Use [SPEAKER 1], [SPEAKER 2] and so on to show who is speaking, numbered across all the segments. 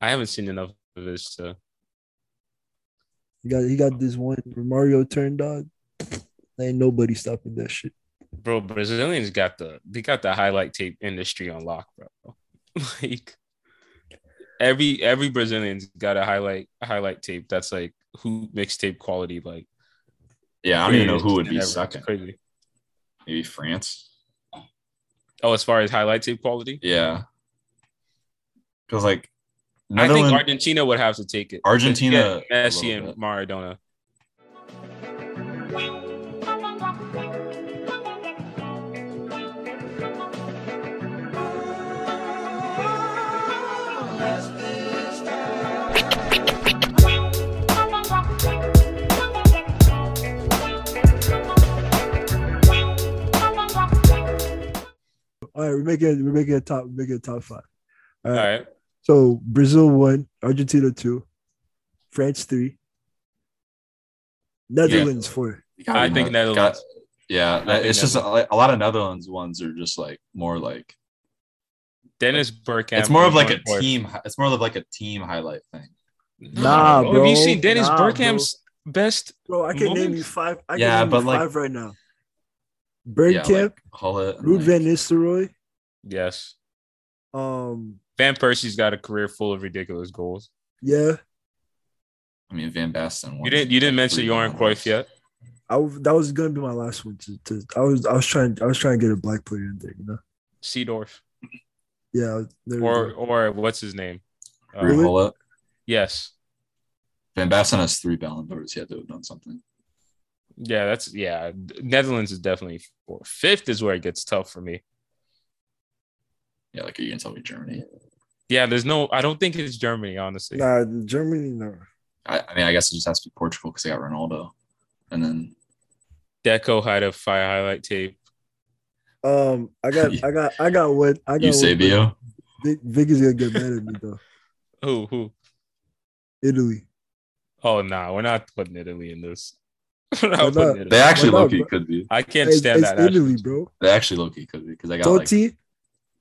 [SPEAKER 1] I haven't seen enough of this to.
[SPEAKER 2] He got he got this one Mario turn dog. Ain't nobody stopping that shit.
[SPEAKER 1] Bro, Brazilians got the they got the highlight tape industry on lock, bro. like every every Brazilian's got a highlight highlight tape that's like who mixtape quality like.
[SPEAKER 3] Yeah, I don't even know
[SPEAKER 1] greatest
[SPEAKER 3] who would be
[SPEAKER 1] ever. It's
[SPEAKER 3] second.
[SPEAKER 1] Crazy.
[SPEAKER 3] Maybe France.
[SPEAKER 1] Oh, as far as highlight tape quality,
[SPEAKER 3] Yeah. Because like
[SPEAKER 1] I think
[SPEAKER 3] Netherlands-
[SPEAKER 1] Argentina would have to take it.
[SPEAKER 3] Argentina,
[SPEAKER 1] Yeah,
[SPEAKER 3] a
[SPEAKER 1] Messi
[SPEAKER 3] little
[SPEAKER 1] and
[SPEAKER 3] bit.
[SPEAKER 1] Maradona.
[SPEAKER 2] All right, we're making we're making a top we're making a top five. All
[SPEAKER 1] All
[SPEAKER 2] right.
[SPEAKER 1] right.
[SPEAKER 2] So Brazil one, Argentina two, France three, Netherlands four.
[SPEAKER 3] You gotta
[SPEAKER 1] I think
[SPEAKER 3] remember-
[SPEAKER 1] Netherlands.
[SPEAKER 3] got- yeah, that-
[SPEAKER 1] think
[SPEAKER 3] it's just a, a lot of Netherlands ones are just like more like
[SPEAKER 1] Dennis Bergkamp.
[SPEAKER 3] it's more of like a
[SPEAKER 1] Lampard.
[SPEAKER 3] team. hi- It's more of like a team highlight thing.
[SPEAKER 2] Nah,
[SPEAKER 1] Have you
[SPEAKER 2] bro.
[SPEAKER 1] seen Dennis
[SPEAKER 2] Nah,
[SPEAKER 1] Bergkamp's best?
[SPEAKER 2] Bro, I can name you
[SPEAKER 1] Moments?
[SPEAKER 2] five. I can
[SPEAKER 3] Yeah,
[SPEAKER 2] name
[SPEAKER 3] but,
[SPEAKER 2] you
[SPEAKER 3] like-
[SPEAKER 2] five right now.
[SPEAKER 3] Yeah,
[SPEAKER 2] Bergkamp,
[SPEAKER 3] like Hullet and,
[SPEAKER 2] Ruud
[SPEAKER 3] like-
[SPEAKER 2] Van Nistelrooy,
[SPEAKER 1] Yes.
[SPEAKER 2] um,
[SPEAKER 1] Van Persie's got a career full of ridiculous goals.
[SPEAKER 2] yeah,
[SPEAKER 3] I mean, Van Basten.
[SPEAKER 1] You
[SPEAKER 3] won
[SPEAKER 1] didn't you didn't mention
[SPEAKER 3] three
[SPEAKER 1] Johan
[SPEAKER 3] goals.
[SPEAKER 1] Cruyff yet.
[SPEAKER 2] I w- that was gonna be my last one. To, to I was I was trying I was trying to get a black player in there, you know.
[SPEAKER 1] Seedorf.
[SPEAKER 2] Yeah, there we
[SPEAKER 1] Or
[SPEAKER 2] go.
[SPEAKER 1] or what's his name? Uh,
[SPEAKER 3] Ruud
[SPEAKER 2] Really?
[SPEAKER 3] Hullet.
[SPEAKER 1] Yes.
[SPEAKER 3] Van Basten has three Ballon d'Ors. He had to have done something.
[SPEAKER 1] Yeah, that's yeah. Netherlands is definitely four. Fifth is where it gets tough for me.
[SPEAKER 3] Yeah, like you can tell me Germany.
[SPEAKER 1] Yeah, there's no I don't think it's Germany, honestly.
[SPEAKER 2] nah, Germany no.
[SPEAKER 3] I, I mean, I guess it just has to be Portugal because they got Ronaldo, and then
[SPEAKER 1] Deco had a fire highlight tape.
[SPEAKER 2] Um, I got I got I got what I got. What,
[SPEAKER 3] Eusebio.
[SPEAKER 2] Vic, Vic is gonna get mad at me though.
[SPEAKER 1] Who who?
[SPEAKER 2] Italy.
[SPEAKER 1] Oh nah, we're not putting Italy in this. We're not
[SPEAKER 2] Why not?
[SPEAKER 1] putting Italy.
[SPEAKER 3] They actually
[SPEAKER 2] Why not,
[SPEAKER 3] low key
[SPEAKER 2] bro?
[SPEAKER 3] could be.
[SPEAKER 1] I can't
[SPEAKER 2] It's,
[SPEAKER 1] stand
[SPEAKER 2] it's
[SPEAKER 1] that. national
[SPEAKER 2] Italy,
[SPEAKER 1] team.
[SPEAKER 2] bro.
[SPEAKER 3] They actually low key could be because they got like
[SPEAKER 2] Totti,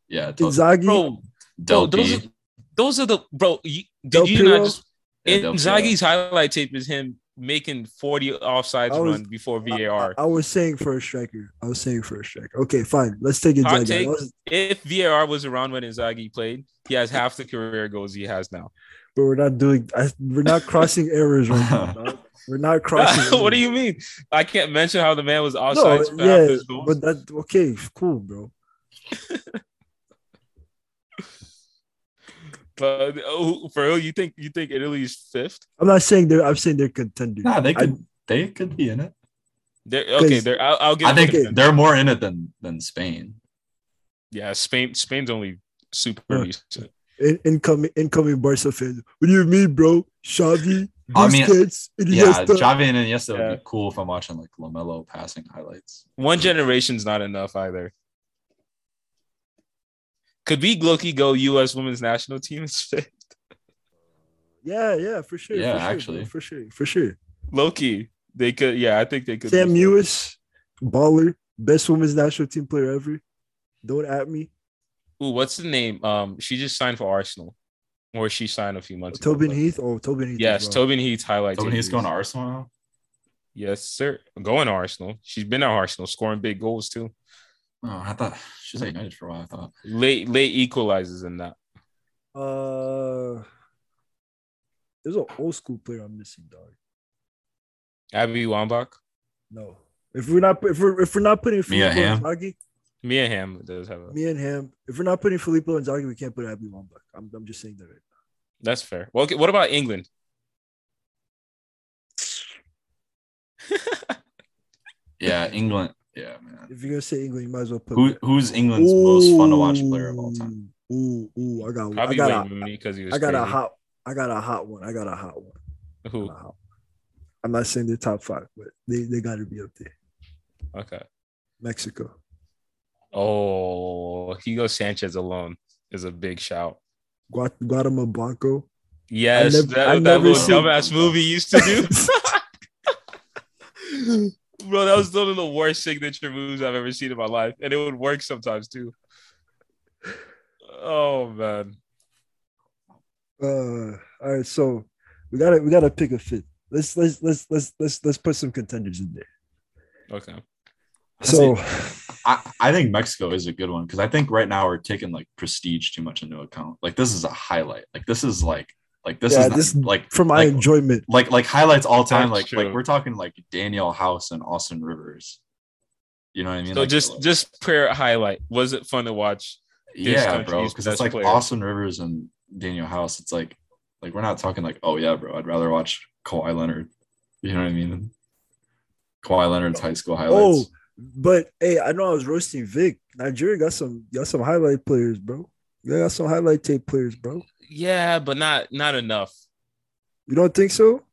[SPEAKER 3] yeah, Totti,
[SPEAKER 2] Inzaghi.
[SPEAKER 1] Bro,
[SPEAKER 3] Del
[SPEAKER 1] those
[SPEAKER 3] P,
[SPEAKER 1] are- those are the bro. You, did
[SPEAKER 2] Del
[SPEAKER 1] you not
[SPEAKER 2] Piero?
[SPEAKER 1] just
[SPEAKER 3] yeah, Del
[SPEAKER 1] Inzaghi's highlight tape is him making 40 offsides
[SPEAKER 2] I was-
[SPEAKER 1] run before
[SPEAKER 2] I-
[SPEAKER 1] VAR.
[SPEAKER 2] I, I was saying for a striker. I was saying for a striker. Okay, fine. Let's take
[SPEAKER 1] Hot
[SPEAKER 2] Inzaghi.
[SPEAKER 1] take.
[SPEAKER 2] That was-
[SPEAKER 1] if VAR was around when Inzaghi played, he has half the career goals he has now.
[SPEAKER 2] But we're not doing. I, we're not crossing errors right now.
[SPEAKER 3] Piero.
[SPEAKER 2] dog. We're not crossing.
[SPEAKER 1] what do
[SPEAKER 2] errors.
[SPEAKER 1] you mean? I can't mention how the man was
[SPEAKER 2] No,
[SPEAKER 1] offsides. for half
[SPEAKER 2] yeah,
[SPEAKER 1] his goals.
[SPEAKER 2] but that okay, cool, bro.
[SPEAKER 1] But, oh, for who you think you think Italy's fifth?
[SPEAKER 2] I'm not saying they're. I'm saying they're contenders.
[SPEAKER 3] Nah, they
[SPEAKER 2] I-
[SPEAKER 3] could they could be in it.
[SPEAKER 1] They're, okay,
[SPEAKER 2] Because-
[SPEAKER 1] they're, I'll, I'll give.
[SPEAKER 3] I think
[SPEAKER 1] them that.
[SPEAKER 3] they're more in it than than Spain.
[SPEAKER 1] yeah, Spain. Spain's only super
[SPEAKER 2] Yeah.
[SPEAKER 1] recent.
[SPEAKER 2] In, incoming, incoming Barca fans. What do you mean, bro? Xavi,
[SPEAKER 3] I mean,
[SPEAKER 2] Busquets,
[SPEAKER 3] Yeah,
[SPEAKER 2] Iniesta.
[SPEAKER 3] Xavi and Iniesta
[SPEAKER 1] Yeah.
[SPEAKER 3] would be cool if I'm watching like Lamelo passing highlights.
[SPEAKER 1] One generation's not enough either. Could we Gloki go U.S. women's national team instead?
[SPEAKER 2] yeah, yeah, for sure.
[SPEAKER 3] Yeah,
[SPEAKER 2] for sure,
[SPEAKER 3] actually.
[SPEAKER 2] bro, for sure, for sure.
[SPEAKER 1] Loki, they could. Yeah, I think they could.
[SPEAKER 2] Sam
[SPEAKER 1] be-
[SPEAKER 2] Lewis, baller, best women's national team player ever. Don't at me.
[SPEAKER 1] Ooh, what's the name? Um, she just signed for Arsenal, or she signed a few months. ago,
[SPEAKER 2] Tobin
[SPEAKER 1] but-
[SPEAKER 2] Heath. Oh, Tobin Heath.
[SPEAKER 1] Yes,
[SPEAKER 2] Tobin.
[SPEAKER 1] Tobin Heath highlights.
[SPEAKER 3] So when he's
[SPEAKER 1] injuries.
[SPEAKER 3] going to Arsenal now,
[SPEAKER 1] Yes, sir. Going to Arsenal. She's been at Arsenal, scoring big goals too.
[SPEAKER 3] oh, I thought she's at United for a while. I thought
[SPEAKER 1] Late, late equalizers in that.
[SPEAKER 2] Uh, there's an old school player I'm missing, dog.
[SPEAKER 1] Abby Wambach,
[SPEAKER 2] No, if we're not if we're if we're not putting
[SPEAKER 3] Mia
[SPEAKER 2] Filippo
[SPEAKER 3] Hamm?
[SPEAKER 2] Inzaghi,
[SPEAKER 1] Mia Hamm does have a.
[SPEAKER 2] me and him. If we're not putting Filippo Inzaghi, we can't put Abby Wambach. I'm I'm just saying that right.
[SPEAKER 1] That's fair. Well, okay, what about England?
[SPEAKER 3] yeah, England. Yeah, man.
[SPEAKER 2] If you're gonna say England, you might as well put.
[SPEAKER 3] Who who's England's most fun to watch player of all time?
[SPEAKER 2] Ooh, ooh, ooh, I got, I
[SPEAKER 1] Probably
[SPEAKER 2] got,
[SPEAKER 1] Wayne
[SPEAKER 2] a,
[SPEAKER 1] Rooney because he was.
[SPEAKER 2] I got a
[SPEAKER 1] crazy.
[SPEAKER 2] hot, I got a hot one. I got a hot one. I got
[SPEAKER 1] Who?
[SPEAKER 2] a hot one. I'm not saying they're top five, but they, they got to be up there.
[SPEAKER 1] Okay.
[SPEAKER 2] Mexico.
[SPEAKER 1] Oh, Hugo Sanchez alone is a big shout.
[SPEAKER 2] Guat- Guatemala Blanco.
[SPEAKER 1] Yes,
[SPEAKER 2] nev-
[SPEAKER 1] that,
[SPEAKER 2] I
[SPEAKER 1] that
[SPEAKER 2] never
[SPEAKER 1] little
[SPEAKER 2] seen-
[SPEAKER 1] dumbass movie you used to do. Bro, that was one of the worst signature moves I've ever seen in my life, and it would work sometimes too. Oh man,
[SPEAKER 2] Uh, all right, so we gotta we gotta pick a fifth. Let's let's let's let's let's let's put some contenders in there.
[SPEAKER 1] Okay.
[SPEAKER 2] So
[SPEAKER 3] I, I think Mexico is a good one because I think right now we're taking like prestige too much into account. Like this is a highlight. Like this is like like this
[SPEAKER 2] Yeah,
[SPEAKER 3] is not,
[SPEAKER 2] this-
[SPEAKER 3] like
[SPEAKER 2] for my
[SPEAKER 3] like,
[SPEAKER 2] enjoyment,
[SPEAKER 3] like like highlights all time.
[SPEAKER 1] That's
[SPEAKER 3] Like
[SPEAKER 1] true.
[SPEAKER 3] like we're talking like Daniel House and Austin Rivers. You know what I mean?
[SPEAKER 1] So
[SPEAKER 3] Like,
[SPEAKER 1] just
[SPEAKER 3] like-
[SPEAKER 1] just prayer highlight. Was it fun to watch?
[SPEAKER 3] yeah,
[SPEAKER 1] country's
[SPEAKER 3] bro. Because
[SPEAKER 1] best
[SPEAKER 3] it's like
[SPEAKER 1] player.
[SPEAKER 3] Austin Rivers and Daniel House. It's like like we're not talking like oh yeah, bro. I'd rather watch Kawhi Leonard. You know what I mean? Kawhi Leonard's high school highlights.
[SPEAKER 2] but hey, I know I was roasting Vic. Nigeria got some got some highlight players, bro. They got some highlight tape players, bro.
[SPEAKER 1] Yeah, but not not enough.
[SPEAKER 2] You don't think so?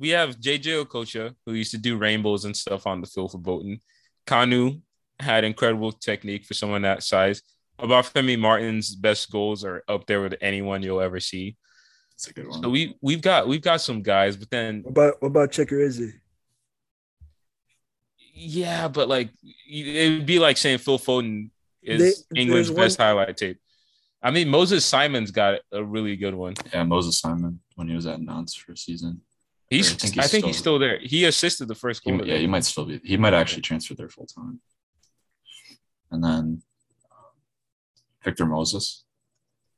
[SPEAKER 1] We have JJ Okocha, who used to do rainbows and stuff on the field for Bolton. Kanu had incredible technique for someone that size. Obafemi Martin's best goals are up there with anyone you'll ever see.
[SPEAKER 3] It's a good one.
[SPEAKER 1] So we we've got we've got some guys, but then
[SPEAKER 2] What about what about Checker Eze?
[SPEAKER 1] yeah, but like it would be like saying Phil Foden is
[SPEAKER 2] They-
[SPEAKER 1] England's
[SPEAKER 2] there's one-
[SPEAKER 1] best highlight tape. I mean, Moses Simon's got a really good one.
[SPEAKER 3] yeah, Moses Simon when he was at Nantes for a season.
[SPEAKER 1] He's, I
[SPEAKER 3] I
[SPEAKER 1] think
[SPEAKER 3] think
[SPEAKER 1] he's,
[SPEAKER 3] he's still-
[SPEAKER 1] still there. He assisted the first
[SPEAKER 3] He,
[SPEAKER 1] goal.
[SPEAKER 3] yeah, he might still be. He might actually transfer there full time. And then um, Victor Moses.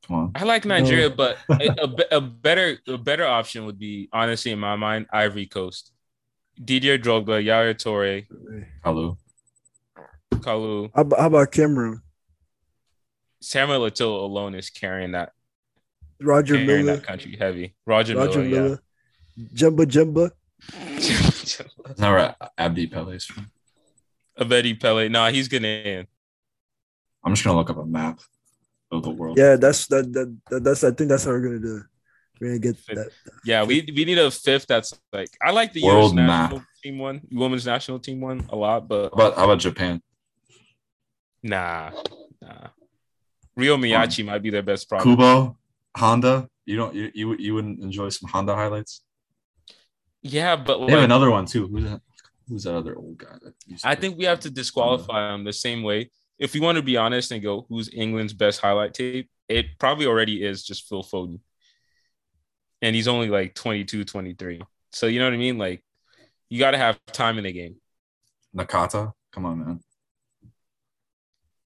[SPEAKER 3] Come on.
[SPEAKER 1] I like Nigeria, but a, a be- a better a better option would be, honestly, in my mind, Ivory Coast. Didier Drogba, Yaya Toure,
[SPEAKER 3] Kalu.
[SPEAKER 1] Kalu,
[SPEAKER 2] How about, how about Cameron?
[SPEAKER 1] Samuel Eto'o alone is carrying that
[SPEAKER 2] Roger
[SPEAKER 1] carrying
[SPEAKER 2] Miller,
[SPEAKER 1] that country heavy. Roger,
[SPEAKER 2] Roger
[SPEAKER 1] Miller,
[SPEAKER 2] Miller, Jumba Jumba.
[SPEAKER 1] yeah.
[SPEAKER 3] Is that where Abdi Pele's from?
[SPEAKER 1] Abedi Pele. Nah, he's gonna in.
[SPEAKER 3] I'm just gonna look up a map of the world.
[SPEAKER 2] Yeah, that's that, that that that's I think that's how we're gonna do. it. We're gonna get that.
[SPEAKER 1] Yeah, we we need a fifth that's like I like the
[SPEAKER 3] World
[SPEAKER 1] US national team one, women's national team one a lot, but
[SPEAKER 3] How about how about Japan?
[SPEAKER 1] nah, nah. Rio Miyachi might be their best product.
[SPEAKER 3] Kubo, Honda. You don't you, you you wouldn't enjoy some Honda highlights?
[SPEAKER 1] Yeah, but
[SPEAKER 3] They have
[SPEAKER 1] like,
[SPEAKER 3] another one too. Who's that? Who's that other old guy? That used to
[SPEAKER 1] I
[SPEAKER 3] play?
[SPEAKER 1] think we have to disqualify them the same way. If we want to be honest and go, who's England's best highlight tape? It probably already is just Phil Foden. And he's only like 22, 23. So you know what I mean? Like, you got to have time in the game.
[SPEAKER 3] Nakata. Come on, man.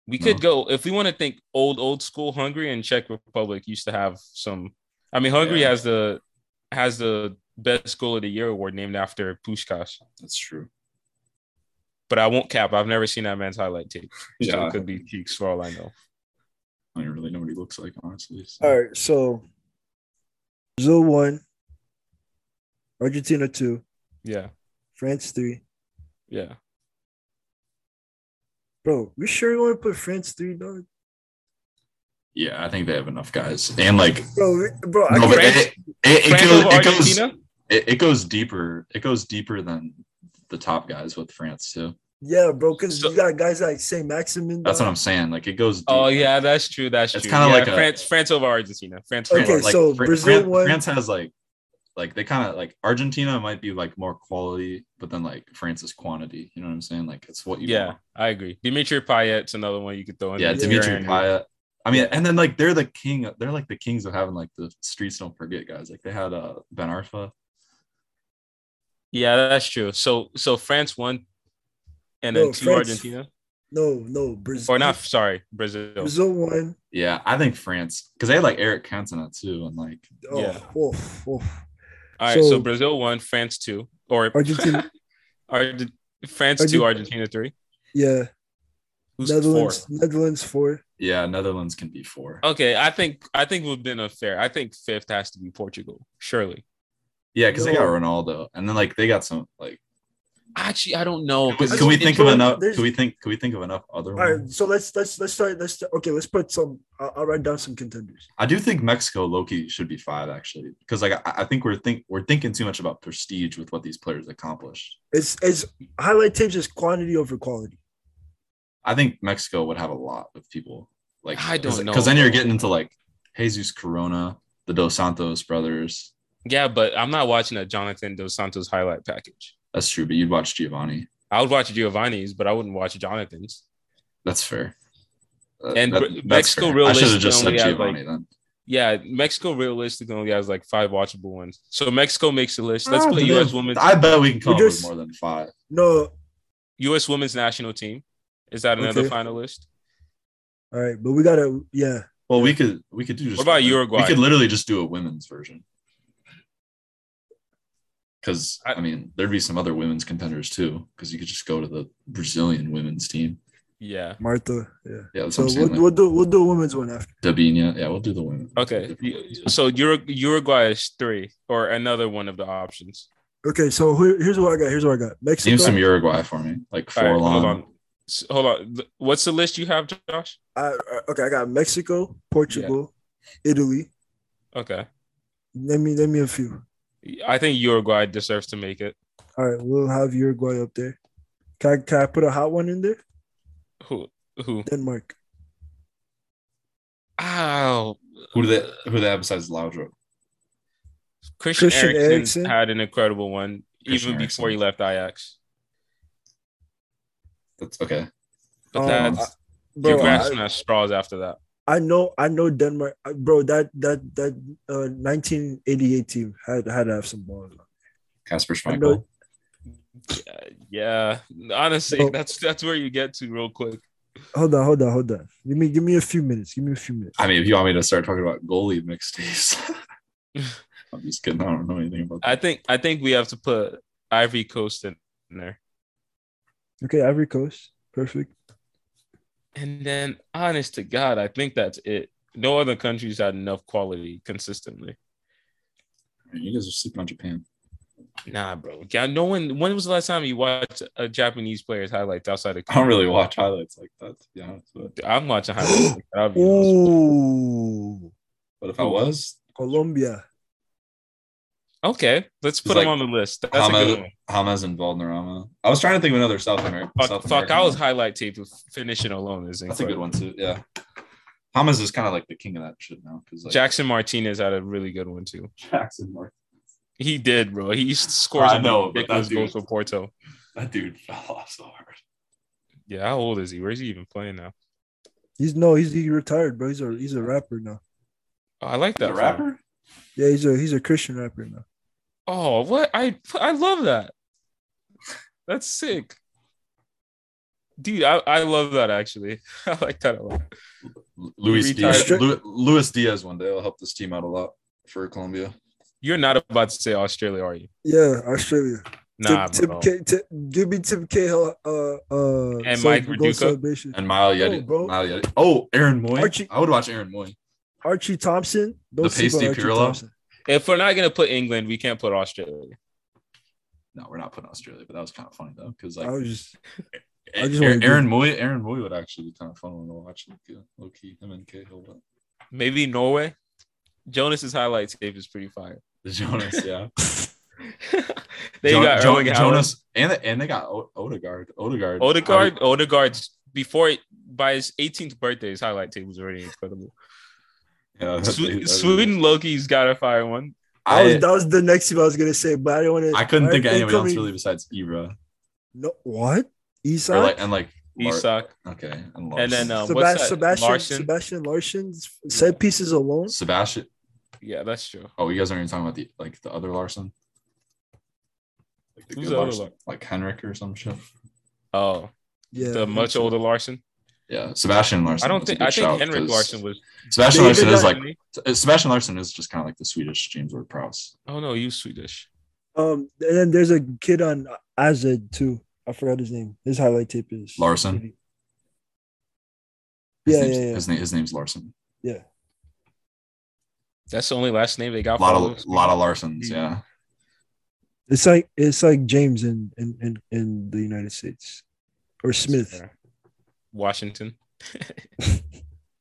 [SPEAKER 1] We
[SPEAKER 3] No.
[SPEAKER 1] could go if we want to think old old school Hungary and Czech Republic used to have some. I mean, Hungary
[SPEAKER 3] Yeah.
[SPEAKER 1] has the has the best goal of the year award named after Puskás.
[SPEAKER 3] That's true.
[SPEAKER 1] But I won't cap. I've never seen that man's highlight tape. Yeah, so
[SPEAKER 3] Yeah.
[SPEAKER 1] it could be cheeks for all I know.
[SPEAKER 3] I don't really know what he looks like, honestly. so.
[SPEAKER 2] All right, so Brazil one, Argentina two,
[SPEAKER 1] Yeah,
[SPEAKER 2] France three.
[SPEAKER 1] yeah.
[SPEAKER 2] Bro, we sure you want to put France three, dog?
[SPEAKER 3] Yeah, I think they have enough guys, and like
[SPEAKER 2] Bro, we- bro, I
[SPEAKER 3] no, but
[SPEAKER 2] can't,
[SPEAKER 1] France-
[SPEAKER 3] it, it, it,
[SPEAKER 1] France
[SPEAKER 3] goes,
[SPEAKER 1] over
[SPEAKER 3] it goes
[SPEAKER 1] Argentina.
[SPEAKER 3] it, it goes deeper. It goes deeper than the top guys with France too.
[SPEAKER 2] yeah, bro, because
[SPEAKER 1] So-
[SPEAKER 2] you got guys like Saint Maximin.
[SPEAKER 3] That's what
[SPEAKER 2] dog.
[SPEAKER 3] I'm saying. Like it goes.
[SPEAKER 1] Oh
[SPEAKER 3] deep.
[SPEAKER 1] yeah, that's true. That's
[SPEAKER 3] It's
[SPEAKER 1] true.
[SPEAKER 3] kinda
[SPEAKER 1] yeah,
[SPEAKER 3] like a-
[SPEAKER 1] France France over Argentina. France. over
[SPEAKER 3] France,
[SPEAKER 2] Okay,
[SPEAKER 1] Argentina.
[SPEAKER 3] like,
[SPEAKER 2] so
[SPEAKER 3] Fran-
[SPEAKER 2] Brazil
[SPEAKER 3] Fran-
[SPEAKER 2] won-
[SPEAKER 3] France has like like they kind of like Argentina might be like more quality, but then like France is quantity. You know what I'm saying? Like it's what you
[SPEAKER 1] yeah,
[SPEAKER 3] want.
[SPEAKER 1] I agree. Dimitri Payet's another one you could throw in.
[SPEAKER 3] Yeah,
[SPEAKER 1] there.
[SPEAKER 3] Dimitri
[SPEAKER 1] Varane.
[SPEAKER 3] Payet. I mean, and then like they're the king. They're like the kings of having like the streets don't forget guys. Like they had uh Ben Arfa.
[SPEAKER 1] Yeah, that's true. So so France won, and
[SPEAKER 2] No,
[SPEAKER 1] then two
[SPEAKER 2] France-
[SPEAKER 1] Argentina.
[SPEAKER 2] No, no, Brazil.
[SPEAKER 1] Or not, sorry, Brazil.
[SPEAKER 2] Brazil won.
[SPEAKER 3] Yeah, I think France because they had like Eric Cantona too, and like
[SPEAKER 2] Oh,
[SPEAKER 1] Yeah.
[SPEAKER 2] woof, woof.
[SPEAKER 1] All right, so,
[SPEAKER 2] So-
[SPEAKER 1] Brazil one, France two, or
[SPEAKER 2] Argentina.
[SPEAKER 1] Arge- France two, Argentina three.
[SPEAKER 2] yeah.
[SPEAKER 1] Who's
[SPEAKER 2] Netherlands,
[SPEAKER 1] four?
[SPEAKER 2] Netherlands four.
[SPEAKER 3] yeah, Netherlands can be four.
[SPEAKER 1] Okay, I think I think we've been unfair. I think fifth has to be Portugal, surely.
[SPEAKER 3] Yeah, because they got
[SPEAKER 2] No.
[SPEAKER 3] Ronaldo, and then like they got some like.
[SPEAKER 1] Actually, I don't know.
[SPEAKER 3] Can,
[SPEAKER 1] 'cause
[SPEAKER 3] can we
[SPEAKER 1] it's-
[SPEAKER 3] think of
[SPEAKER 2] There's-
[SPEAKER 3] enough?
[SPEAKER 2] there's-
[SPEAKER 3] Can we think? Can we think of enough other
[SPEAKER 2] All
[SPEAKER 3] ones?
[SPEAKER 2] right, so let's let's let's start. Let's start- okay. Let's put some. I'll, I'll write down some contenders.
[SPEAKER 3] I do think Mexico Loki should be five actually, because like I, I think we're think we're thinking too much about prestige with what these players accomplished.
[SPEAKER 2] It's it's highlight tapes is quantity over quality.
[SPEAKER 3] I think Mexico would have a lot of people like
[SPEAKER 1] I don't know,
[SPEAKER 3] because then you're
[SPEAKER 1] bro.
[SPEAKER 3] getting into like Jesus Corona, the Dos Santos brothers.
[SPEAKER 1] Yeah, but I'm not watching a Jonathan Dos Santos highlight package.
[SPEAKER 3] That's true, but you'd watch Giovanni.
[SPEAKER 1] I would watch Giovanni's, but I wouldn't watch Jonathan's.
[SPEAKER 3] That's fair. Uh,
[SPEAKER 1] And Br-
[SPEAKER 3] that's
[SPEAKER 1] Mexico
[SPEAKER 3] I should have
[SPEAKER 1] realistically
[SPEAKER 3] just said
[SPEAKER 1] only had, like-
[SPEAKER 3] Giovanni then.
[SPEAKER 1] Yeah, Mexico realistically only has like five watchable ones. So Mexico makes Ah, the list. Let's play U.S. women's
[SPEAKER 3] Oh, I bet we can come up
[SPEAKER 2] We're
[SPEAKER 3] with
[SPEAKER 2] just-
[SPEAKER 3] more than five.
[SPEAKER 2] No.
[SPEAKER 1] U.S. women's national team. Is that another
[SPEAKER 2] Okay.
[SPEAKER 1] finalist?
[SPEAKER 2] All right, but we gotta. Yeah.
[SPEAKER 3] Well, we could we could do just
[SPEAKER 1] What about
[SPEAKER 3] we-
[SPEAKER 1] Uruguay?
[SPEAKER 3] We could literally just do a women's version. Because
[SPEAKER 1] I-
[SPEAKER 3] I, mean, there'd be some other women's contenders too. Because you could just go to the Brazilian women's team.
[SPEAKER 1] Yeah.
[SPEAKER 2] Martha. Yeah.
[SPEAKER 3] Yeah, that's
[SPEAKER 2] So
[SPEAKER 3] what I'm
[SPEAKER 2] we'll,
[SPEAKER 3] saying.
[SPEAKER 2] we'll do we'll do a women's one after.
[SPEAKER 3] like Dabinia. Yeah, we'll do the women.
[SPEAKER 1] Okay. So Ur- Uruguay is three or another one of the options.
[SPEAKER 2] Okay, so here, here's what I got. Here's what I got.
[SPEAKER 3] Name some
[SPEAKER 2] Mexico.
[SPEAKER 3] Uruguay for me, like
[SPEAKER 1] All right,
[SPEAKER 3] Forlan.
[SPEAKER 1] hold on. S- Hold on. Th- What's the list you have, Josh?
[SPEAKER 2] I, I- okay, I got Mexico, Portugal, Italy.
[SPEAKER 1] Okay.
[SPEAKER 2] Let me let me a few.
[SPEAKER 1] I think Uruguay deserves to make it.
[SPEAKER 2] All right, we'll have Uruguay up there. Can I, can I put a hot one in there?
[SPEAKER 1] Who? Who?
[SPEAKER 2] Denmark.
[SPEAKER 1] Ow.
[SPEAKER 3] Who do they? Who do they have besides Laudrup?
[SPEAKER 1] Christian,
[SPEAKER 2] Christian
[SPEAKER 1] Eriksen
[SPEAKER 2] Eriksen?
[SPEAKER 1] had an incredible one
[SPEAKER 3] Christian
[SPEAKER 1] even before
[SPEAKER 3] Eriksen.
[SPEAKER 1] he left Ajax.
[SPEAKER 3] That's okay.
[SPEAKER 1] But
[SPEAKER 2] Um,
[SPEAKER 1] that's
[SPEAKER 2] Bro,
[SPEAKER 1] you're grasping
[SPEAKER 2] I,
[SPEAKER 1] at straws after that.
[SPEAKER 2] I know I know Denmark, I- bro. That that that uh, 1988 team had had to have some balls.
[SPEAKER 3] Casper
[SPEAKER 2] I know-
[SPEAKER 3] Schmeichel.
[SPEAKER 1] Uh, yeah, honestly,
[SPEAKER 2] Bro.
[SPEAKER 1] that's that's where you get to real quick.
[SPEAKER 2] Hold on, hold on, hold on. Give me give me a few minutes. Give me a few minutes.
[SPEAKER 3] I mean, if you want me to start talking about goalie mixtapes, I'm just kidding. I don't know anything about
[SPEAKER 1] I think I think we have to put Ivory Coast in there,
[SPEAKER 2] Okay, Ivory Coast, perfect.
[SPEAKER 1] and then honest to God, I think that's it. No other countries had enough quality consistently.
[SPEAKER 3] that. You guys are sleeping on Japan.
[SPEAKER 1] Nah, bro. Yeah, no one. When was the last time you watched a Japanese player's highlights outside of?
[SPEAKER 3] I don't really watch highlights like that, to be honest. But,
[SPEAKER 1] I'm watching highlights. I'll be honest.
[SPEAKER 2] Ooh,
[SPEAKER 3] but if I was,
[SPEAKER 2] Colombia.
[SPEAKER 1] Okay, let's put
[SPEAKER 3] like
[SPEAKER 1] him on the list. That's a good
[SPEAKER 3] Hamas,
[SPEAKER 1] one.
[SPEAKER 3] Hamas and Valderrama. I was trying to think of another South America.
[SPEAKER 1] Fuck,
[SPEAKER 3] South
[SPEAKER 1] fuck
[SPEAKER 3] American
[SPEAKER 1] I was
[SPEAKER 3] one.
[SPEAKER 1] highlight tape of finishing alone is
[SPEAKER 3] That's a good
[SPEAKER 1] incredible.
[SPEAKER 3] one too. Yeah. Hamas is kind of like the king of that shit now because like
[SPEAKER 1] Jackson Martinez had a really good one too.
[SPEAKER 3] Jackson Mark.
[SPEAKER 1] He did, bro. He scores
[SPEAKER 3] I
[SPEAKER 1] a
[SPEAKER 3] know, but
[SPEAKER 1] ridiculous
[SPEAKER 3] that dude-
[SPEAKER 1] goals for Porto.
[SPEAKER 3] That dude fell off so hard.
[SPEAKER 1] Yeah, how old is he? Where is he even playing now?
[SPEAKER 2] He's no, he's he retired, bro. He's a he's a rapper now.
[SPEAKER 1] Oh, I like that
[SPEAKER 3] The
[SPEAKER 1] for him.
[SPEAKER 3] rapper?
[SPEAKER 2] Yeah, he's a he's a Christian rapper now.
[SPEAKER 1] Oh, what I I love that. That's sick, dude. I, I love that actually. I like that a lot.
[SPEAKER 3] Lu- Luis
[SPEAKER 1] He
[SPEAKER 3] Diaz.
[SPEAKER 2] retired.
[SPEAKER 3] Lu- Luis Diaz one day will help this team out a lot for Colombia.
[SPEAKER 1] You're not about to say Australia, are you?
[SPEAKER 2] Yeah, Australia.
[SPEAKER 1] Nah,
[SPEAKER 2] Tim,
[SPEAKER 1] bro.
[SPEAKER 2] Tim K, Tim, give me Tim Cahill. Uh, uh,
[SPEAKER 1] And
[SPEAKER 2] celeb-
[SPEAKER 1] Mike
[SPEAKER 2] goal
[SPEAKER 1] Viduka.
[SPEAKER 2] celebration.
[SPEAKER 3] And Mile
[SPEAKER 2] No,
[SPEAKER 3] Yeti.
[SPEAKER 2] bro.
[SPEAKER 3] Mile Yeti. Oh, Aaron Moy.
[SPEAKER 2] Archie-
[SPEAKER 3] I would watch Aaron Moy.
[SPEAKER 2] Archie Thompson. Don't
[SPEAKER 3] The
[SPEAKER 2] sleep on
[SPEAKER 3] pasty
[SPEAKER 2] Archie
[SPEAKER 3] Pirlo?
[SPEAKER 2] Thompson.
[SPEAKER 1] If we're not gonna put England, we can't put Australia.
[SPEAKER 3] No, we're not putting Australia, but that was kind of funny though because like
[SPEAKER 2] I was just I
[SPEAKER 3] A-
[SPEAKER 2] just wanna
[SPEAKER 3] Aaron,
[SPEAKER 2] do-
[SPEAKER 3] Moy, Aaron Moy would actually be kind of fun one to watch. Low key, low key him and Cahill. But
[SPEAKER 1] Maybe Norway. Jonas's highlight tape is pretty fire.
[SPEAKER 3] the Jonas, yeah.
[SPEAKER 1] they
[SPEAKER 3] Jo-
[SPEAKER 1] got
[SPEAKER 3] Jo-
[SPEAKER 1] Erling Haaland.
[SPEAKER 3] Jonas, and and they got o- Odegaard. Odegaard.
[SPEAKER 1] Odegaard, Odegaard's before by his 18th birthday, his highlight tape was already incredible.
[SPEAKER 3] Yeah, that's-
[SPEAKER 1] Swe-
[SPEAKER 3] that's-
[SPEAKER 1] Sweden Loki's got a fire one.
[SPEAKER 2] I was
[SPEAKER 3] I,
[SPEAKER 2] that was the next team I was gonna say, but I didn't want to.
[SPEAKER 3] I couldn't think of anybody else really besides Ibra.
[SPEAKER 2] No, what?
[SPEAKER 3] Or
[SPEAKER 2] Isak.
[SPEAKER 3] like and like Lar-
[SPEAKER 1] Isak.
[SPEAKER 3] Okay, and,
[SPEAKER 1] And then,
[SPEAKER 3] Larson.
[SPEAKER 1] um,
[SPEAKER 2] Seba-
[SPEAKER 1] what's that?
[SPEAKER 2] Sebastian
[SPEAKER 1] Larson?
[SPEAKER 2] Sebastian Larson's set pieces alone.
[SPEAKER 3] Sebastian.
[SPEAKER 1] Yeah, that's true.
[SPEAKER 3] Oh, you guys aren't even talking about the like the other Larson. Like
[SPEAKER 1] Who's
[SPEAKER 3] good
[SPEAKER 1] the other
[SPEAKER 3] Larson?
[SPEAKER 1] Lar-
[SPEAKER 3] Like Henrik or some shit.
[SPEAKER 1] Oh,
[SPEAKER 2] Yeah,
[SPEAKER 1] the much older Larson.
[SPEAKER 3] Yeah, Sebastian Larson.
[SPEAKER 1] I don't
[SPEAKER 3] was a
[SPEAKER 1] think
[SPEAKER 3] good
[SPEAKER 1] I think
[SPEAKER 3] shout,
[SPEAKER 1] Henrik
[SPEAKER 3] 'cause
[SPEAKER 1] Larson was.
[SPEAKER 3] Sebastian
[SPEAKER 2] David
[SPEAKER 3] Larson is like uh,
[SPEAKER 2] Larson.
[SPEAKER 3] Sebastian Larson is just kind of like the Swedish James Ward Prowse.
[SPEAKER 1] Oh no, he was Swedish.
[SPEAKER 2] Um, and then there's a kid on Azed too. I forgot his name. His highlight tape is
[SPEAKER 3] Larson. His,
[SPEAKER 2] Yeah,
[SPEAKER 3] name's,
[SPEAKER 2] yeah, yeah.
[SPEAKER 3] His, name, his name's Larson.
[SPEAKER 2] Yeah,
[SPEAKER 1] That's the only last name they got.
[SPEAKER 3] A lot
[SPEAKER 1] for
[SPEAKER 3] of
[SPEAKER 1] him.
[SPEAKER 3] lot of Larsons. Yeah,
[SPEAKER 2] it's like it's like James in in in, in the United States or Smith.
[SPEAKER 1] Washington.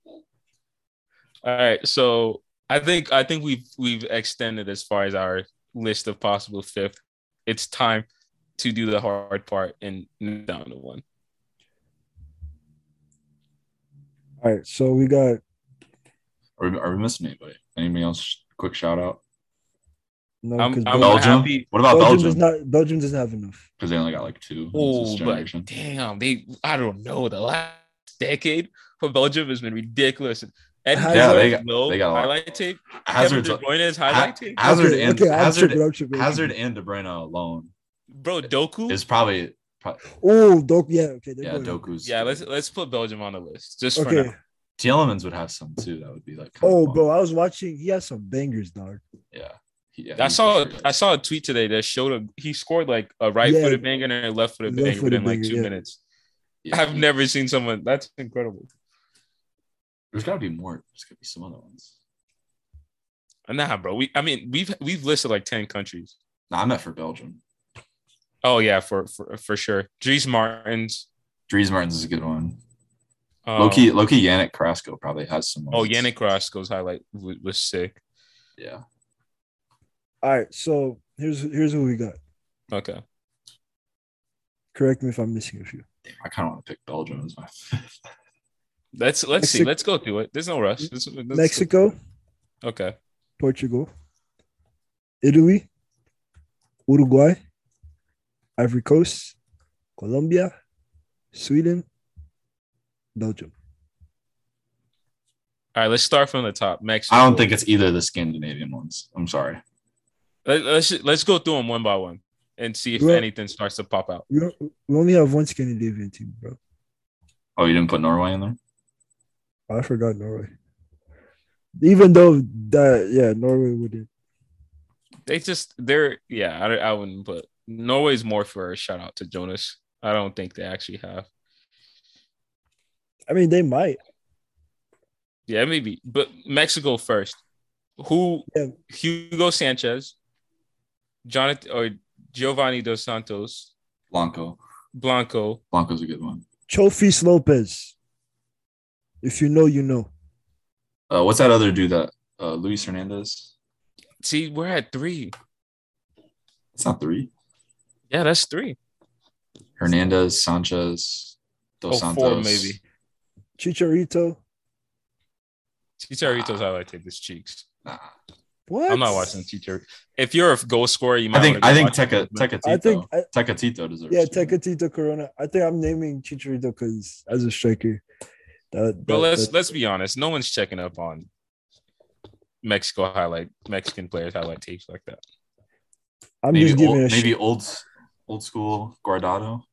[SPEAKER 1] All right, so I think I think we've we've extended as far as our list of possible fifth. It's time to do the hard part and narrow down to one.
[SPEAKER 2] All right, so we got
[SPEAKER 3] Are we, are we missing anybody? Anybody else? Quick shout out.
[SPEAKER 2] no
[SPEAKER 1] I'm-
[SPEAKER 2] because
[SPEAKER 1] I'm
[SPEAKER 2] Bel-
[SPEAKER 3] Belgium.
[SPEAKER 1] happy-
[SPEAKER 3] What about
[SPEAKER 2] Belgium, does
[SPEAKER 3] Belgium?
[SPEAKER 2] not Belgium doesn't have enough.
[SPEAKER 3] Because they only got like two. in
[SPEAKER 1] Oh,
[SPEAKER 3] this
[SPEAKER 1] but
[SPEAKER 3] generation.
[SPEAKER 1] damn, they I don't know the last decade for Belgium has been ridiculous. Ed
[SPEAKER 2] Yeah,
[SPEAKER 1] Hazard,
[SPEAKER 3] they got-
[SPEAKER 1] no
[SPEAKER 3] they got a lot.
[SPEAKER 1] highlight tape.
[SPEAKER 3] Hazard's
[SPEAKER 1] Kevin De Bruyne is highlight tape.
[SPEAKER 3] Ha- Hazard
[SPEAKER 2] okay,
[SPEAKER 3] and-
[SPEAKER 2] okay, I'm
[SPEAKER 3] Hazard-
[SPEAKER 2] tripping. I'm tripping.
[SPEAKER 3] Hazard and De Bruyne alone
[SPEAKER 1] Bro, Doku.
[SPEAKER 3] is probably
[SPEAKER 2] Oh, Doku. Yeah. Okay. they're
[SPEAKER 3] yeah
[SPEAKER 2] going.
[SPEAKER 3] Doku's.
[SPEAKER 1] yeah, let's let's put Belgium on the list just for
[SPEAKER 2] Okay.
[SPEAKER 1] now.
[SPEAKER 3] Tielemans would have some too. That would be like kinda
[SPEAKER 2] Oh,
[SPEAKER 3] fun.
[SPEAKER 2] bro, I was watching. He has some bangers, dog.
[SPEAKER 3] yeah. He- yeah,
[SPEAKER 1] I
[SPEAKER 3] he
[SPEAKER 1] saw
[SPEAKER 3] for sure-
[SPEAKER 1] I saw a tweet today that showed a he scored like a right
[SPEAKER 2] Yeah.
[SPEAKER 1] footed banger and a left footed
[SPEAKER 2] Left
[SPEAKER 1] banger
[SPEAKER 2] footed
[SPEAKER 1] within like
[SPEAKER 2] banger,
[SPEAKER 1] two
[SPEAKER 2] yeah.
[SPEAKER 1] minutes.
[SPEAKER 3] yeah,
[SPEAKER 1] I've
[SPEAKER 3] he-
[SPEAKER 1] never seen someone that's incredible.
[SPEAKER 3] There's got to be more. There's got to be some other ones.
[SPEAKER 1] Nah, bro. We I mean we've we've listed like ten countries.
[SPEAKER 3] No, I meant for Belgium.
[SPEAKER 1] Oh yeah, for for, for sure. Dries Martins.
[SPEAKER 3] Dries Martins is a good one.
[SPEAKER 1] Um,
[SPEAKER 3] Loki, Loki, Yannick Carrasco probably has some.
[SPEAKER 1] Oh,
[SPEAKER 3] ones.
[SPEAKER 1] Yannick Roscoe's highlight was, was sick.
[SPEAKER 3] Yeah,
[SPEAKER 2] All right. So here's here's what we got.
[SPEAKER 1] Okay.
[SPEAKER 2] Correct me if I'm missing a few.
[SPEAKER 3] Damn, I kind of want to pick Belgium as my.
[SPEAKER 1] Let's let's see.
[SPEAKER 2] Mexi-
[SPEAKER 1] Let's go through it. There's no rush. Let's- let's-
[SPEAKER 2] Mexico,
[SPEAKER 1] Okay.
[SPEAKER 2] Portugal, Italy, Uruguay, Ivory Coast, Colombia, Sweden, Belgium.
[SPEAKER 1] All right. Let's start from the top. Mexico.
[SPEAKER 3] I don't think it's either of the Scandinavian ones. I'm sorry.
[SPEAKER 1] Let, us let's go through them one by one and see if
[SPEAKER 2] Yeah.
[SPEAKER 1] anything starts to pop out.
[SPEAKER 2] We, don't, we only have one Scandinavian team, bro.
[SPEAKER 3] Oh, you didn't put Norway in there.
[SPEAKER 2] Oh, I forgot Norway. Even though that, yeah, Norway wouldn't.
[SPEAKER 1] They just they're yeah. I, don't- I wouldn't put Norway's more for a shout out to Jonas. I don't think they actually have.
[SPEAKER 2] I mean, they might.
[SPEAKER 1] Yeah, maybe. But Mexico first. Who
[SPEAKER 2] Yeah.
[SPEAKER 1] Hugo Sanchez, Jonathan or Giovanni dos Santos,
[SPEAKER 3] Blanco.
[SPEAKER 1] Blanco,
[SPEAKER 3] Blanco's a good one.
[SPEAKER 2] Chofis Lopez. If you know, you know.
[SPEAKER 3] Uh, what's that other dude that uh, Luis Hernandez?
[SPEAKER 1] See, we're at three.
[SPEAKER 3] It's not three.
[SPEAKER 1] Yeah, that's three.
[SPEAKER 3] Hernandez, Sanchez, Dos
[SPEAKER 1] Oh,
[SPEAKER 3] Santos.
[SPEAKER 1] four maybe.
[SPEAKER 2] Chicharito.
[SPEAKER 1] Chicharito's highlight tape his cheeks.
[SPEAKER 3] Nah.
[SPEAKER 2] What?
[SPEAKER 1] I'm not watching Chicharito. If you're a goal scorer, you might.
[SPEAKER 3] I think I
[SPEAKER 1] wanna go watch
[SPEAKER 3] think Teca
[SPEAKER 1] him.
[SPEAKER 2] I think,
[SPEAKER 3] Tecatito
[SPEAKER 2] I,
[SPEAKER 3] Tecatito deserves.
[SPEAKER 2] yeah,
[SPEAKER 3] to be in there.
[SPEAKER 2] Tecatito Corona. I think I'm naming Chicharito because as a striker, that,
[SPEAKER 1] But
[SPEAKER 2] that-
[SPEAKER 1] let's
[SPEAKER 2] that-
[SPEAKER 1] let's be honest. No one's checking up on Mexico highlight Mexican players highlight tapes like that.
[SPEAKER 2] I'm
[SPEAKER 3] Maybe
[SPEAKER 2] just giving
[SPEAKER 3] old,
[SPEAKER 2] it a
[SPEAKER 3] maybe
[SPEAKER 2] shot.
[SPEAKER 3] old old school Guardado.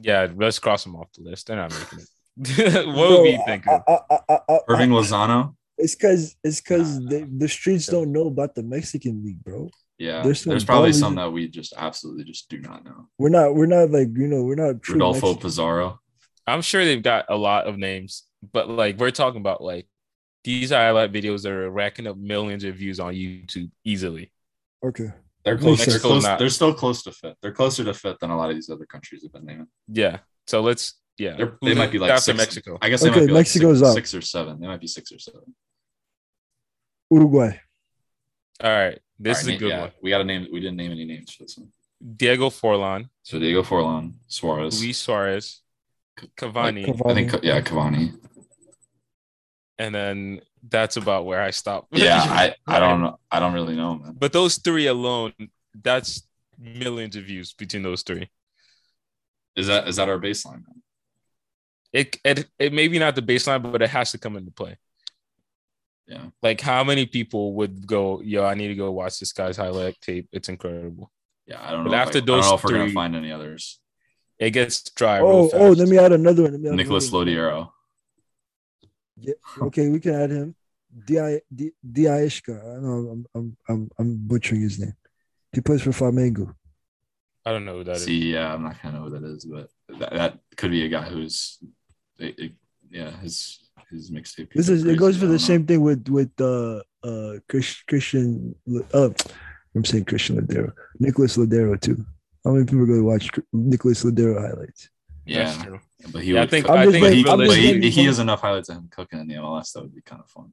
[SPEAKER 1] Yeah, let's cross them off the list. They're not making it. what
[SPEAKER 2] Bro,
[SPEAKER 1] would you think?
[SPEAKER 2] I,
[SPEAKER 1] of?
[SPEAKER 2] I, I, I, I,
[SPEAKER 3] Irving Lozano.
[SPEAKER 2] it's because it's because
[SPEAKER 3] Nah.
[SPEAKER 2] the, the streets don't know about the Mexican league, bro.
[SPEAKER 3] Yeah,
[SPEAKER 2] There's
[SPEAKER 3] there's,
[SPEAKER 2] some
[SPEAKER 3] probably
[SPEAKER 2] ballers
[SPEAKER 3] some
[SPEAKER 2] in-
[SPEAKER 3] that we just absolutely just do not know.
[SPEAKER 2] We're not we're not like you know we're not true.
[SPEAKER 3] Rodolfo
[SPEAKER 2] Mexican-
[SPEAKER 3] Pizarro.
[SPEAKER 1] I'm sure they've got a lot of names, but like we're talking about like these highlight videos that are racking up millions of views on YouTube easily.
[SPEAKER 2] Okay,
[SPEAKER 3] They're
[SPEAKER 2] Makes close- sense.
[SPEAKER 3] close. They're,
[SPEAKER 1] they're close- they're
[SPEAKER 3] still close to fit. They're closer to fit than a lot of these other countries have been naming.
[SPEAKER 1] Yeah. So let's yeah.
[SPEAKER 3] They're,
[SPEAKER 1] Who's
[SPEAKER 3] they might be like
[SPEAKER 1] Mm-hmm. after
[SPEAKER 3] six,
[SPEAKER 1] Mexico.
[SPEAKER 3] I guess they
[SPEAKER 2] Okay,
[SPEAKER 3] might be like
[SPEAKER 2] Mexico's
[SPEAKER 3] six,
[SPEAKER 2] up.
[SPEAKER 3] six or seven. They might be six or seven.
[SPEAKER 2] Uruguay.
[SPEAKER 1] All right. This
[SPEAKER 3] All
[SPEAKER 1] is
[SPEAKER 3] right,
[SPEAKER 1] a good
[SPEAKER 3] yeah,
[SPEAKER 1] one.
[SPEAKER 3] We got to name. We didn't name any names for this one.
[SPEAKER 1] Diego Forlan,
[SPEAKER 3] So Diego Forlan, Suarez.
[SPEAKER 1] Luis Suarez, Cavani,
[SPEAKER 2] Cavani.
[SPEAKER 3] I think yeah, Cavani.
[SPEAKER 1] and then that's about where I stop.
[SPEAKER 3] Yeah, I, I don't know. I don't really know, man.
[SPEAKER 1] But those three alone, that's millions of views between those three.
[SPEAKER 3] Is that is that our baseline? man?
[SPEAKER 1] It it, it may be not the baseline, but it has to come into play.
[SPEAKER 3] Yeah.
[SPEAKER 1] Like how many people would go, yo, I need to go watch this guy's highlight tape. It's incredible.
[SPEAKER 3] Yeah, I don't
[SPEAKER 1] But
[SPEAKER 3] know.
[SPEAKER 1] after
[SPEAKER 3] if I, I
[SPEAKER 1] those
[SPEAKER 3] don't know if we're
[SPEAKER 1] three-
[SPEAKER 3] gonna find any others.
[SPEAKER 1] It gets dry.
[SPEAKER 2] Oh,
[SPEAKER 1] real
[SPEAKER 2] oh,
[SPEAKER 1] fast.
[SPEAKER 2] let me add another one. Let me add
[SPEAKER 3] Nicholas
[SPEAKER 2] another one.
[SPEAKER 3] Lodiero.
[SPEAKER 2] Okay, we can add him. Di Di Diashka. I know I'm I'm I'm I'm butchering his name. He plays for Flamengo.
[SPEAKER 1] I don't know who that is.
[SPEAKER 3] See, yeah, I'm not gonna know who that is, but that, that could be a guy who's, it, it- yeah, his his mixtape.
[SPEAKER 2] This
[SPEAKER 3] could
[SPEAKER 2] is
[SPEAKER 3] go
[SPEAKER 2] it goes
[SPEAKER 3] crazy.
[SPEAKER 2] for the
[SPEAKER 3] I don't know.
[SPEAKER 2] same thing with with uh uh Chris, Christian. Uh, I'm saying Christian Ladero, Nicholas Ladero too. How many people are going to watch Cr- Nicholas Ladero highlights?
[SPEAKER 1] That's
[SPEAKER 3] Yeah,
[SPEAKER 1] true.
[SPEAKER 3] but he
[SPEAKER 1] Yeah, I
[SPEAKER 3] would-
[SPEAKER 1] think
[SPEAKER 2] I'm
[SPEAKER 1] I
[SPEAKER 2] just
[SPEAKER 1] think
[SPEAKER 3] But he,
[SPEAKER 2] I'm
[SPEAKER 3] but
[SPEAKER 2] just
[SPEAKER 1] realistically,
[SPEAKER 2] waiting
[SPEAKER 3] he,
[SPEAKER 2] for-
[SPEAKER 3] he has enough highlights of him cooking in the MLS. That would be kind of fun.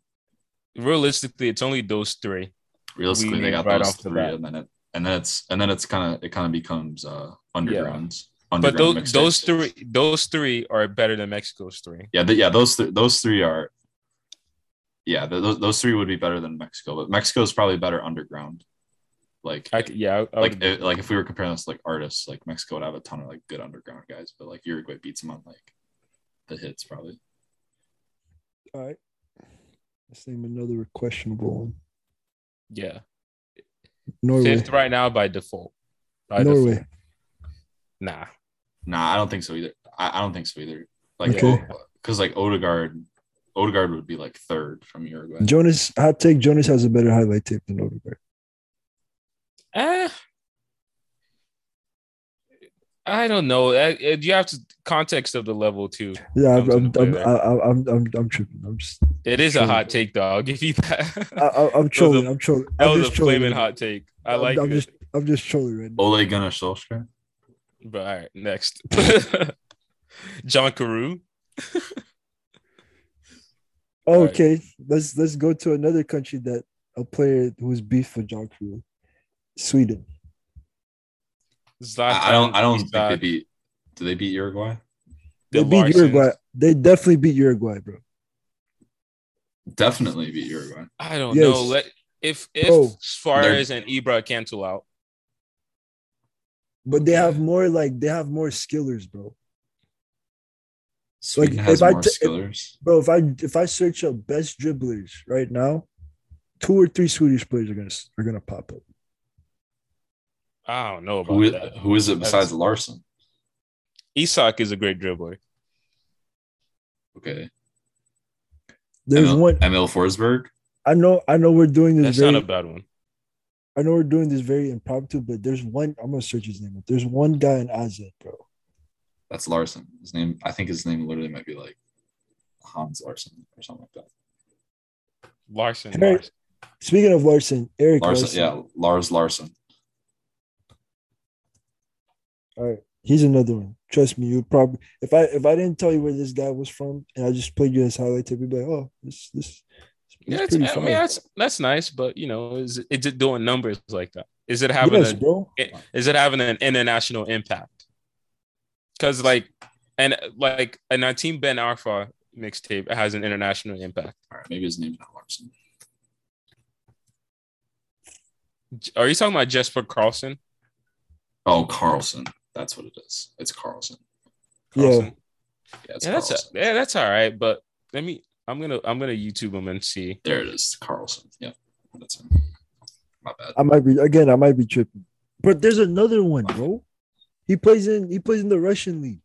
[SPEAKER 1] realistically, it's only those three.
[SPEAKER 3] Realistically,
[SPEAKER 1] need
[SPEAKER 3] they got
[SPEAKER 1] right
[SPEAKER 3] those
[SPEAKER 1] off the
[SPEAKER 3] three,
[SPEAKER 1] bat.
[SPEAKER 3] and then it, and then it's and then it's kind of it kind of becomes uh underground.
[SPEAKER 1] But those
[SPEAKER 3] underground mixtapes.
[SPEAKER 1] those three those three are better than Mexico's three.
[SPEAKER 3] Yeah, th- yeah, those th- those three are. Yeah, th- those those three would be better than Mexico, but Mexico is probably better underground. Like
[SPEAKER 1] I, c- yeah, I, I
[SPEAKER 3] like
[SPEAKER 1] would-
[SPEAKER 3] if, like if we were comparing this to, like artists, like Mexico would have a ton of like good underground guys, but like Uruguay beats them on like the hits probably.
[SPEAKER 2] All right, Let's name another questionable one.
[SPEAKER 1] Yeah.
[SPEAKER 2] Norway.
[SPEAKER 1] Fifth right now by default. By
[SPEAKER 2] Norway.
[SPEAKER 1] default. Nah.
[SPEAKER 3] Nah, I don't think so either. I, I don't think so either. Like,
[SPEAKER 2] Okay.
[SPEAKER 3] because like Odegaard, Odegaard would be like third from Uruguay.
[SPEAKER 2] Jonas, hot take. Jonas has a better highlight tape than Odegaard.
[SPEAKER 1] Eh. I don't know. Eh, eh, You have to context of the level too.
[SPEAKER 2] Yeah, I'm,
[SPEAKER 1] Comes
[SPEAKER 2] I'm,
[SPEAKER 1] into
[SPEAKER 2] I'm,
[SPEAKER 1] play there.
[SPEAKER 2] I'm, I'm, I'm, I'm tripping. I'm just,
[SPEAKER 1] It is a
[SPEAKER 2] True.
[SPEAKER 1] hot take, though. I'll give you that.
[SPEAKER 2] I, I, I'm trolling. I'm trolling.
[SPEAKER 1] that
[SPEAKER 2] I'm
[SPEAKER 1] was a
[SPEAKER 2] just trolling.
[SPEAKER 1] flaming hot take. I
[SPEAKER 2] I'm-
[SPEAKER 1] like
[SPEAKER 2] I'm
[SPEAKER 1] it.
[SPEAKER 2] just, I'm just trolling right now.
[SPEAKER 3] Ole Gunnar Solskjaer.
[SPEAKER 1] But all right, next. John Carew. Alright.
[SPEAKER 2] okay, let's let's go to another country that a player who's beef for John Crew, Sweden.
[SPEAKER 1] Zlatan.
[SPEAKER 3] I, I don't. I don't think they
[SPEAKER 1] Isak,
[SPEAKER 3] beat. Do they beat Uruguay?
[SPEAKER 2] They
[SPEAKER 1] the
[SPEAKER 2] beat
[SPEAKER 1] Larsens.
[SPEAKER 2] Uruguay. They definitely beat Uruguay, bro.
[SPEAKER 3] Definitely beat Uruguay.
[SPEAKER 1] I don't
[SPEAKER 2] Yes.
[SPEAKER 1] know. Let if if
[SPEAKER 2] Bro.
[SPEAKER 1] Suarez and Ibra cancel out.
[SPEAKER 2] But they have more like they have more skillers, bro.
[SPEAKER 3] Sweden
[SPEAKER 2] if
[SPEAKER 3] has
[SPEAKER 2] I
[SPEAKER 3] more
[SPEAKER 2] t-
[SPEAKER 3] skillers.
[SPEAKER 2] Bro, if I if I search up best dribblers right now, two or three Swedish players are gonna are gonna pop up.
[SPEAKER 1] I don't know about
[SPEAKER 3] Who is,
[SPEAKER 1] that.
[SPEAKER 3] who is it besides
[SPEAKER 1] That's-
[SPEAKER 3] Larson?
[SPEAKER 1] Isak is a great dribbler.
[SPEAKER 3] Okay.
[SPEAKER 2] There's
[SPEAKER 3] Emil,
[SPEAKER 2] one
[SPEAKER 3] Emil Forsberg.
[SPEAKER 2] I know I know we're doing this
[SPEAKER 1] That's
[SPEAKER 2] very
[SPEAKER 1] not a bad one.
[SPEAKER 2] I know we're doing this very impromptu, but there's one I'm gonna search his name up. There's one guy in Azad, bro.
[SPEAKER 3] That's Larson. His name. I think his name literally might be like Hans Larson or something like
[SPEAKER 1] Larson.
[SPEAKER 2] Hey.
[SPEAKER 1] Larson.
[SPEAKER 2] Speaking of Larson, Eric
[SPEAKER 3] that. Larson.
[SPEAKER 2] Larson.
[SPEAKER 3] Yeah, Lars Larson.
[SPEAKER 2] All right. He's another one. Trust me, you probably if I if I didn't tell you where this guy was from and I just played you his highlight tape, you'd be like, oh, this this
[SPEAKER 1] Yeah, that's,
[SPEAKER 2] it's
[SPEAKER 1] I
[SPEAKER 2] pretty
[SPEAKER 1] mean
[SPEAKER 2] fun.
[SPEAKER 1] that's that's nice, but you know, is is it doing numbers like that? Is it having
[SPEAKER 2] yes,
[SPEAKER 1] a
[SPEAKER 2] bro.
[SPEAKER 1] it- is it having an international impact? Because like, and like, and our team Ben Arfa mixtape has an international impact.
[SPEAKER 3] All right, maybe his name's not Larson.
[SPEAKER 1] J- Are you talking about Jesper Carlson?
[SPEAKER 3] Oh, Carlson. That's what it is. It's Carlson.
[SPEAKER 1] Carlson?
[SPEAKER 2] Yeah.
[SPEAKER 3] Yeah, it's
[SPEAKER 1] yeah, that's
[SPEAKER 3] Carlson.
[SPEAKER 1] yeah, that's all right. But let me, I'm gonna, I'm gonna YouTube him and see.
[SPEAKER 3] There it is, Carlson. Yeah, that's him. My bad.
[SPEAKER 2] I might be again, I might be tripping. But there's another one, bro. He plays in he plays in the Russian league.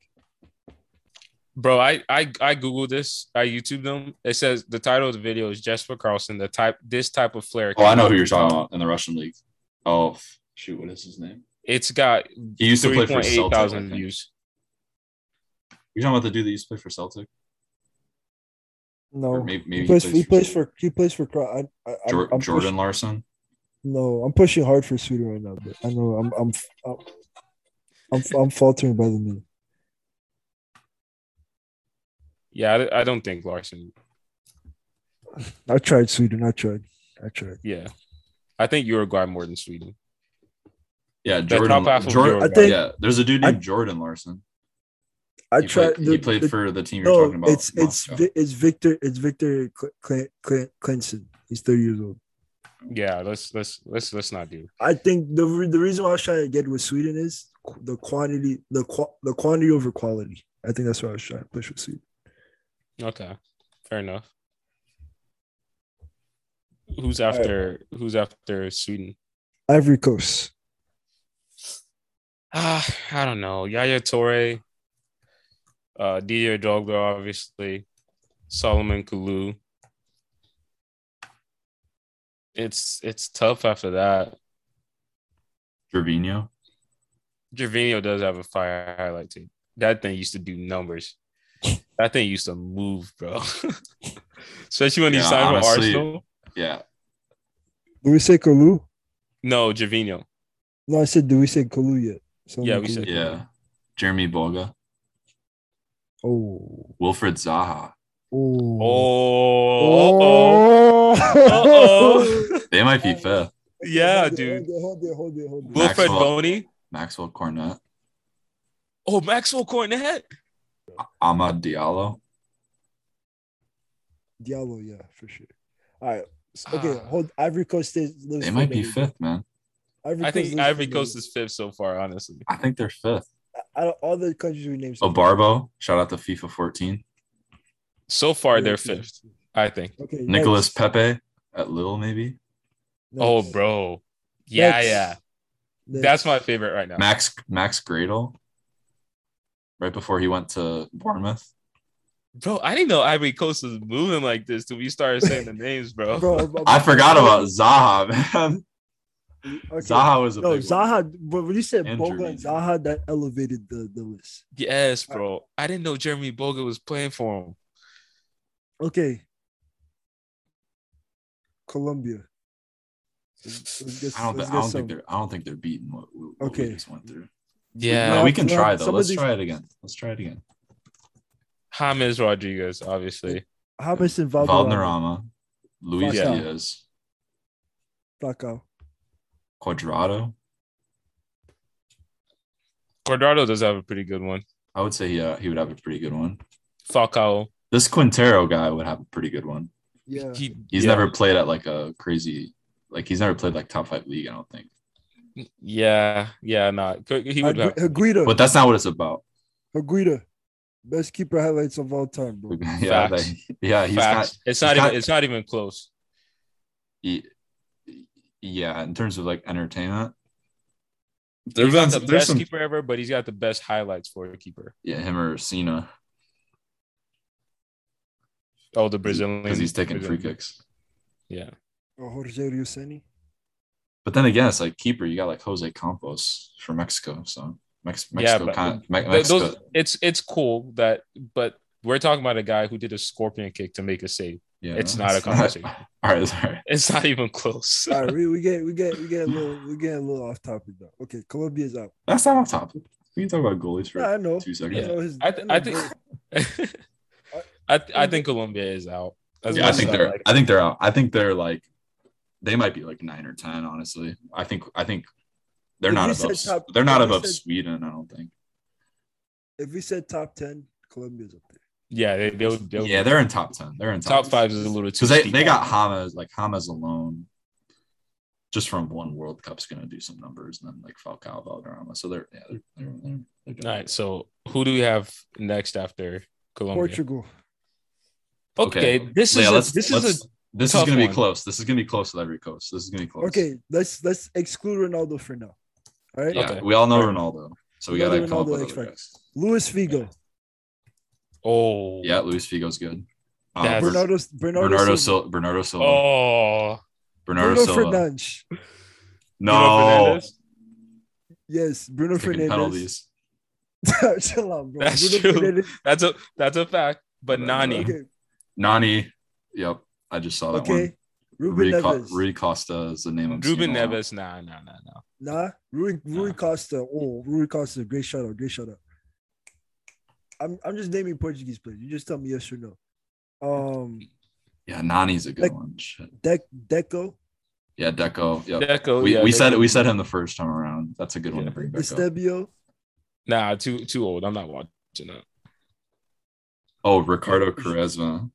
[SPEAKER 1] Bro, I, I I googled this. I YouTube them. It says the title of the video is Jesper Carlson. The type, this type of flair.
[SPEAKER 3] Oh, I know who you're talking about in the Russian league. Oh f- shoot, what is his name?
[SPEAKER 1] It's got
[SPEAKER 3] He used to play
[SPEAKER 1] three
[SPEAKER 3] for
[SPEAKER 1] point eight
[SPEAKER 3] Celtic. I
[SPEAKER 1] thousand
[SPEAKER 3] think. You
[SPEAKER 1] views.
[SPEAKER 3] talking about the dude that used to play for Celtic?
[SPEAKER 2] No,
[SPEAKER 3] Or maybe, maybe
[SPEAKER 2] he plays, he plays for he plays for Cro- I, I, I'm-
[SPEAKER 3] Jor-
[SPEAKER 2] I'm
[SPEAKER 3] Jordan
[SPEAKER 2] pushing-
[SPEAKER 3] Larson.
[SPEAKER 2] no, I'm pushing hard for Sweden right now, but I know I'm I'm I'm, I'm, I'm faltering by the minute.
[SPEAKER 1] Yeah, I, I don't think Larson.
[SPEAKER 2] I tried Sweden. I tried. I tried.
[SPEAKER 1] Yeah, I think Uruguay more than Sweden. The
[SPEAKER 3] Yeah, Jordan.
[SPEAKER 1] top half of
[SPEAKER 3] Jordan.
[SPEAKER 1] Uruguay.
[SPEAKER 2] I think-
[SPEAKER 3] yeah, there's a dude
[SPEAKER 2] I-
[SPEAKER 3] named Jordan Larson.
[SPEAKER 2] I
[SPEAKER 3] he
[SPEAKER 2] tried.
[SPEAKER 3] Played,
[SPEAKER 2] the-
[SPEAKER 3] he played
[SPEAKER 2] the-
[SPEAKER 3] for the team you're
[SPEAKER 2] no,
[SPEAKER 3] talking about.
[SPEAKER 2] it's it's
[SPEAKER 3] Moscow.
[SPEAKER 2] Vi- it's Victor. It's Victor Cl- Cl- Cl- Clinton. He's thirty years old.
[SPEAKER 1] Yeah, let's let's let's let's not do.
[SPEAKER 2] I think the re- the reason why I was trying to get with Sweden is qu- the quantity, the qu- the quantity over quality. I think that's what I was trying to push with Sweden.
[SPEAKER 1] Okay, fair enough. Who's after Who's after Sweden?
[SPEAKER 2] Ivory Coast.
[SPEAKER 1] Ah, I don't know. Yaya Toure, uh, Didier Drogba, obviously, Solomon Kalou. It's it's tough after that.
[SPEAKER 3] Gervinho.
[SPEAKER 1] Gervinho does have a fire highlight tape. That thing used to do numbers. That thing used to move, bro. Especially when he
[SPEAKER 3] Yeah,
[SPEAKER 1] signed for
[SPEAKER 3] honestly-
[SPEAKER 1] Arsenal.
[SPEAKER 3] Yeah,
[SPEAKER 2] Do we say Kalu?
[SPEAKER 1] No, Gervinho.
[SPEAKER 2] No, I said do we say Kalu yet? Something
[SPEAKER 1] Yeah,
[SPEAKER 2] like
[SPEAKER 1] we
[SPEAKER 2] Kalou.
[SPEAKER 1] said-
[SPEAKER 3] yeah. Jeremy Boga,
[SPEAKER 2] Oh,
[SPEAKER 3] Wilfred Zaha.
[SPEAKER 2] oh,
[SPEAKER 1] Oh, uh-oh. Uh-oh.
[SPEAKER 3] They might be fifth.
[SPEAKER 1] Yeah,
[SPEAKER 2] Hold it,
[SPEAKER 1] dude.
[SPEAKER 2] Hold it, hold it, hold it, hold it.
[SPEAKER 1] Wilfred
[SPEAKER 3] Maxwell.
[SPEAKER 1] Boney.
[SPEAKER 3] Maxwell Cornet,
[SPEAKER 1] Oh, Maxwell Cornet.
[SPEAKER 3] Ahmad Diallo.
[SPEAKER 2] Diallo, yeah, for sure. All right. So- Okay, hold Ivory Coast stays. lives
[SPEAKER 3] Ah. They
[SPEAKER 2] for
[SPEAKER 3] might be
[SPEAKER 2] another-
[SPEAKER 3] fifth, man.
[SPEAKER 2] Ivory
[SPEAKER 1] I
[SPEAKER 2] lives
[SPEAKER 1] think
[SPEAKER 2] for
[SPEAKER 1] Ivory
[SPEAKER 2] another-
[SPEAKER 1] Coast is fifth so far, honestly.
[SPEAKER 3] I think they're fifth.
[SPEAKER 2] out of all the countries we named. so far,
[SPEAKER 3] Obarbo, shout out to FIFA 14.
[SPEAKER 1] So far,
[SPEAKER 2] they're
[SPEAKER 1] they're
[SPEAKER 2] fifth.
[SPEAKER 1] fifth. I think.
[SPEAKER 2] Okay,
[SPEAKER 3] Nicholas
[SPEAKER 2] next.
[SPEAKER 3] Pepe at Lille, maybe.
[SPEAKER 1] Oh,
[SPEAKER 2] Next.
[SPEAKER 1] bro. Yeah,
[SPEAKER 2] Next.
[SPEAKER 1] yeah.
[SPEAKER 2] Next.
[SPEAKER 1] That's my favorite right now.
[SPEAKER 3] Max Max Gradle. Right before he went to Bournemouth.
[SPEAKER 1] Bro, I didn't know Ivory Coast was moving like this till we started saying the names, bro.
[SPEAKER 2] Bro, I'm- I'm-
[SPEAKER 3] I forgot about Zaha, man.
[SPEAKER 2] okay.
[SPEAKER 3] Zaha was a
[SPEAKER 2] No,
[SPEAKER 3] big one.
[SPEAKER 2] Zaha. But when you said Boga and
[SPEAKER 3] Injuries.
[SPEAKER 2] Zaha, that elevated the, the list.
[SPEAKER 1] Yes, bro. I didn't know Jeremy Boga was playing for him.
[SPEAKER 2] Okay. Colombia. Let's- let's get-
[SPEAKER 3] I don't,
[SPEAKER 2] let's get
[SPEAKER 3] th- I don't
[SPEAKER 2] some.
[SPEAKER 3] think they're. I don't think they're beating what, what what
[SPEAKER 2] Okay.
[SPEAKER 3] we just went through.
[SPEAKER 1] Yeah.
[SPEAKER 3] No,
[SPEAKER 2] No,
[SPEAKER 3] we can
[SPEAKER 2] no,
[SPEAKER 3] try though.
[SPEAKER 2] some of
[SPEAKER 3] Let's
[SPEAKER 2] these-
[SPEAKER 3] try it again. Let's try it again.
[SPEAKER 1] James Rodriguez, obviously.
[SPEAKER 2] Hamas and Valderrama.
[SPEAKER 3] Valderrama, Luis
[SPEAKER 1] Yeah.
[SPEAKER 3] Diaz,
[SPEAKER 2] Falcao.
[SPEAKER 3] Quadrado.
[SPEAKER 1] Cordado does have a pretty good one.
[SPEAKER 3] I would say he uh, he would have a pretty good one.
[SPEAKER 1] Falcao.
[SPEAKER 3] This Quintero guy would have a pretty good one.
[SPEAKER 2] Yeah.
[SPEAKER 1] He,
[SPEAKER 3] He's
[SPEAKER 1] yeah.
[SPEAKER 3] never played at like a crazy, like he's never played like top five league. I don't think.
[SPEAKER 1] Yeah, yeah, not. Nah. He would have.
[SPEAKER 2] Higuita.
[SPEAKER 3] But that's not what it's about.
[SPEAKER 2] Higuita. Best keeper highlights of all time, bro.
[SPEAKER 3] yeah,
[SPEAKER 1] Facts.
[SPEAKER 3] they- yeah, he's
[SPEAKER 1] Facts.
[SPEAKER 3] got.
[SPEAKER 1] it's not
[SPEAKER 3] he's
[SPEAKER 1] even.
[SPEAKER 3] got-
[SPEAKER 1] it's not even close.
[SPEAKER 3] he- yeah, in terms of like entertainment,
[SPEAKER 1] He's
[SPEAKER 3] there's
[SPEAKER 1] not
[SPEAKER 3] been,
[SPEAKER 1] the
[SPEAKER 3] there's
[SPEAKER 1] best
[SPEAKER 3] some.
[SPEAKER 1] keeper ever, but he's got the best highlights for a keeper.
[SPEAKER 3] Yeah, him or Cena
[SPEAKER 1] Oh, the Brazilian
[SPEAKER 3] because he's taking free
[SPEAKER 1] Brazilian.
[SPEAKER 3] kicks.
[SPEAKER 1] Yeah,
[SPEAKER 2] Or Oh, Jorge Rioseni.
[SPEAKER 3] But then again, it's like keeper. You got like Jose Campos for Mexico. So Mex-
[SPEAKER 1] Yeah,
[SPEAKER 3] Mexico
[SPEAKER 1] but-
[SPEAKER 3] kind of, Me-
[SPEAKER 1] Th-
[SPEAKER 3] Mexico.
[SPEAKER 1] those. It's it's cool that, but we're talking about a guy who did a scorpion kick to make a save.
[SPEAKER 3] yeah,
[SPEAKER 1] it's not a conversation.
[SPEAKER 3] all right, sorry.
[SPEAKER 1] It's not even close.
[SPEAKER 2] All right, we, we get we get we get a little we get a little off topic though. Okay, Colombia's out.
[SPEAKER 3] That's not on topic. We can talk about goalies for
[SPEAKER 2] Yeah, I know.
[SPEAKER 3] two
[SPEAKER 2] I
[SPEAKER 3] seconds.
[SPEAKER 2] know his-
[SPEAKER 1] I, th-
[SPEAKER 2] know
[SPEAKER 1] I think.
[SPEAKER 2] Bra-
[SPEAKER 1] I, th- I think Colombia is out. As
[SPEAKER 3] Yeah, I
[SPEAKER 1] much
[SPEAKER 3] think
[SPEAKER 1] as
[SPEAKER 3] they're.
[SPEAKER 1] like-
[SPEAKER 3] I think they're out. I think they're like, they might be like nine or ten. Honestly, I think. I think they're
[SPEAKER 2] If
[SPEAKER 3] not
[SPEAKER 2] you said
[SPEAKER 3] above.
[SPEAKER 2] top-
[SPEAKER 3] they're not
[SPEAKER 2] if you
[SPEAKER 3] above
[SPEAKER 2] said-
[SPEAKER 3] Sweden. I don't think.
[SPEAKER 2] If we said top ten, Colombia's up there.
[SPEAKER 1] Yeah, they, they'll, they'll.
[SPEAKER 3] yeah, they're in top ten. They're in top,
[SPEAKER 1] top five is a little too.
[SPEAKER 3] because they,
[SPEAKER 1] steep.
[SPEAKER 3] they got Hamas like Hamas alone, just from one World Cup's gonna do some numbers, and then like Falcao, Valderrama. So they're yeah, they're they're, they're, they're doing
[SPEAKER 1] All right,
[SPEAKER 3] it.
[SPEAKER 1] so who do we have next after Colombia?
[SPEAKER 2] Portugal.
[SPEAKER 1] Okay, this is
[SPEAKER 3] Yeah,
[SPEAKER 1] a,
[SPEAKER 3] let's-
[SPEAKER 1] this
[SPEAKER 3] let's-
[SPEAKER 1] is a
[SPEAKER 3] this is
[SPEAKER 1] tough
[SPEAKER 3] gonna be
[SPEAKER 1] one.
[SPEAKER 3] close. This is gonna be close with every coast. This is gonna be close.
[SPEAKER 2] Okay, let's let's exclude Ronaldo for now. All right.
[SPEAKER 3] Yeah,
[SPEAKER 1] Okay.
[SPEAKER 3] we all know Ronaldo, so we
[SPEAKER 2] Another
[SPEAKER 3] gotta come up
[SPEAKER 2] Ronaldo
[SPEAKER 3] with
[SPEAKER 2] X
[SPEAKER 3] other
[SPEAKER 2] Factor.
[SPEAKER 3] guys.
[SPEAKER 2] Luis Figo.
[SPEAKER 1] oh
[SPEAKER 3] Yeah, Luis Figo's good. Um,
[SPEAKER 1] That's-
[SPEAKER 3] Bernardo,
[SPEAKER 2] Bernardo Bernardo,
[SPEAKER 3] Bernardo
[SPEAKER 2] Silva.
[SPEAKER 3] Silva. Bernardo Silva.
[SPEAKER 1] oh
[SPEAKER 3] Bernardo
[SPEAKER 2] Bruno
[SPEAKER 3] Silva.
[SPEAKER 2] Fernandes.
[SPEAKER 1] Bruno
[SPEAKER 3] No.
[SPEAKER 1] Fernandes?
[SPEAKER 2] Yes, Bruno
[SPEAKER 3] Freaking
[SPEAKER 2] Fernandes.
[SPEAKER 3] penalties.
[SPEAKER 2] Chill out, bro.
[SPEAKER 1] That's
[SPEAKER 2] Bruno
[SPEAKER 1] true.
[SPEAKER 2] Fernandes.
[SPEAKER 1] that's a that's a fact. But
[SPEAKER 3] Okay.
[SPEAKER 1] Nani,
[SPEAKER 2] Okay.
[SPEAKER 3] Nani. Yep. I just saw that
[SPEAKER 2] Okay.
[SPEAKER 3] one.
[SPEAKER 2] Ruben
[SPEAKER 3] Rui, Co-
[SPEAKER 2] Neves.
[SPEAKER 3] Rui Costa is the name I'm
[SPEAKER 1] Ruben
[SPEAKER 3] seeing a lot.
[SPEAKER 1] Neves, nah, nah, nah, nah.
[SPEAKER 2] Nah, Rui, Rui
[SPEAKER 3] Nah.
[SPEAKER 2] Costa. Oh, Rui Costa. Great shout out. Great shout out. I'm, I'm just naming Portuguese players. You just tell me yes or no. Um,
[SPEAKER 3] Yeah, Nani's a good
[SPEAKER 2] Like-
[SPEAKER 3] one. Shit.
[SPEAKER 2] De- Deco,
[SPEAKER 3] Yeah, Deco. Yep.
[SPEAKER 1] Deco,
[SPEAKER 3] we
[SPEAKER 1] yeah,
[SPEAKER 3] we
[SPEAKER 1] Deco.
[SPEAKER 3] said we said him the first time around. That's a good one to
[SPEAKER 1] Yeah.
[SPEAKER 3] bring back. Up.
[SPEAKER 2] Estebio,
[SPEAKER 1] nah, too too old. I'm not watching it.
[SPEAKER 3] Oh, Ricardo Quaresma.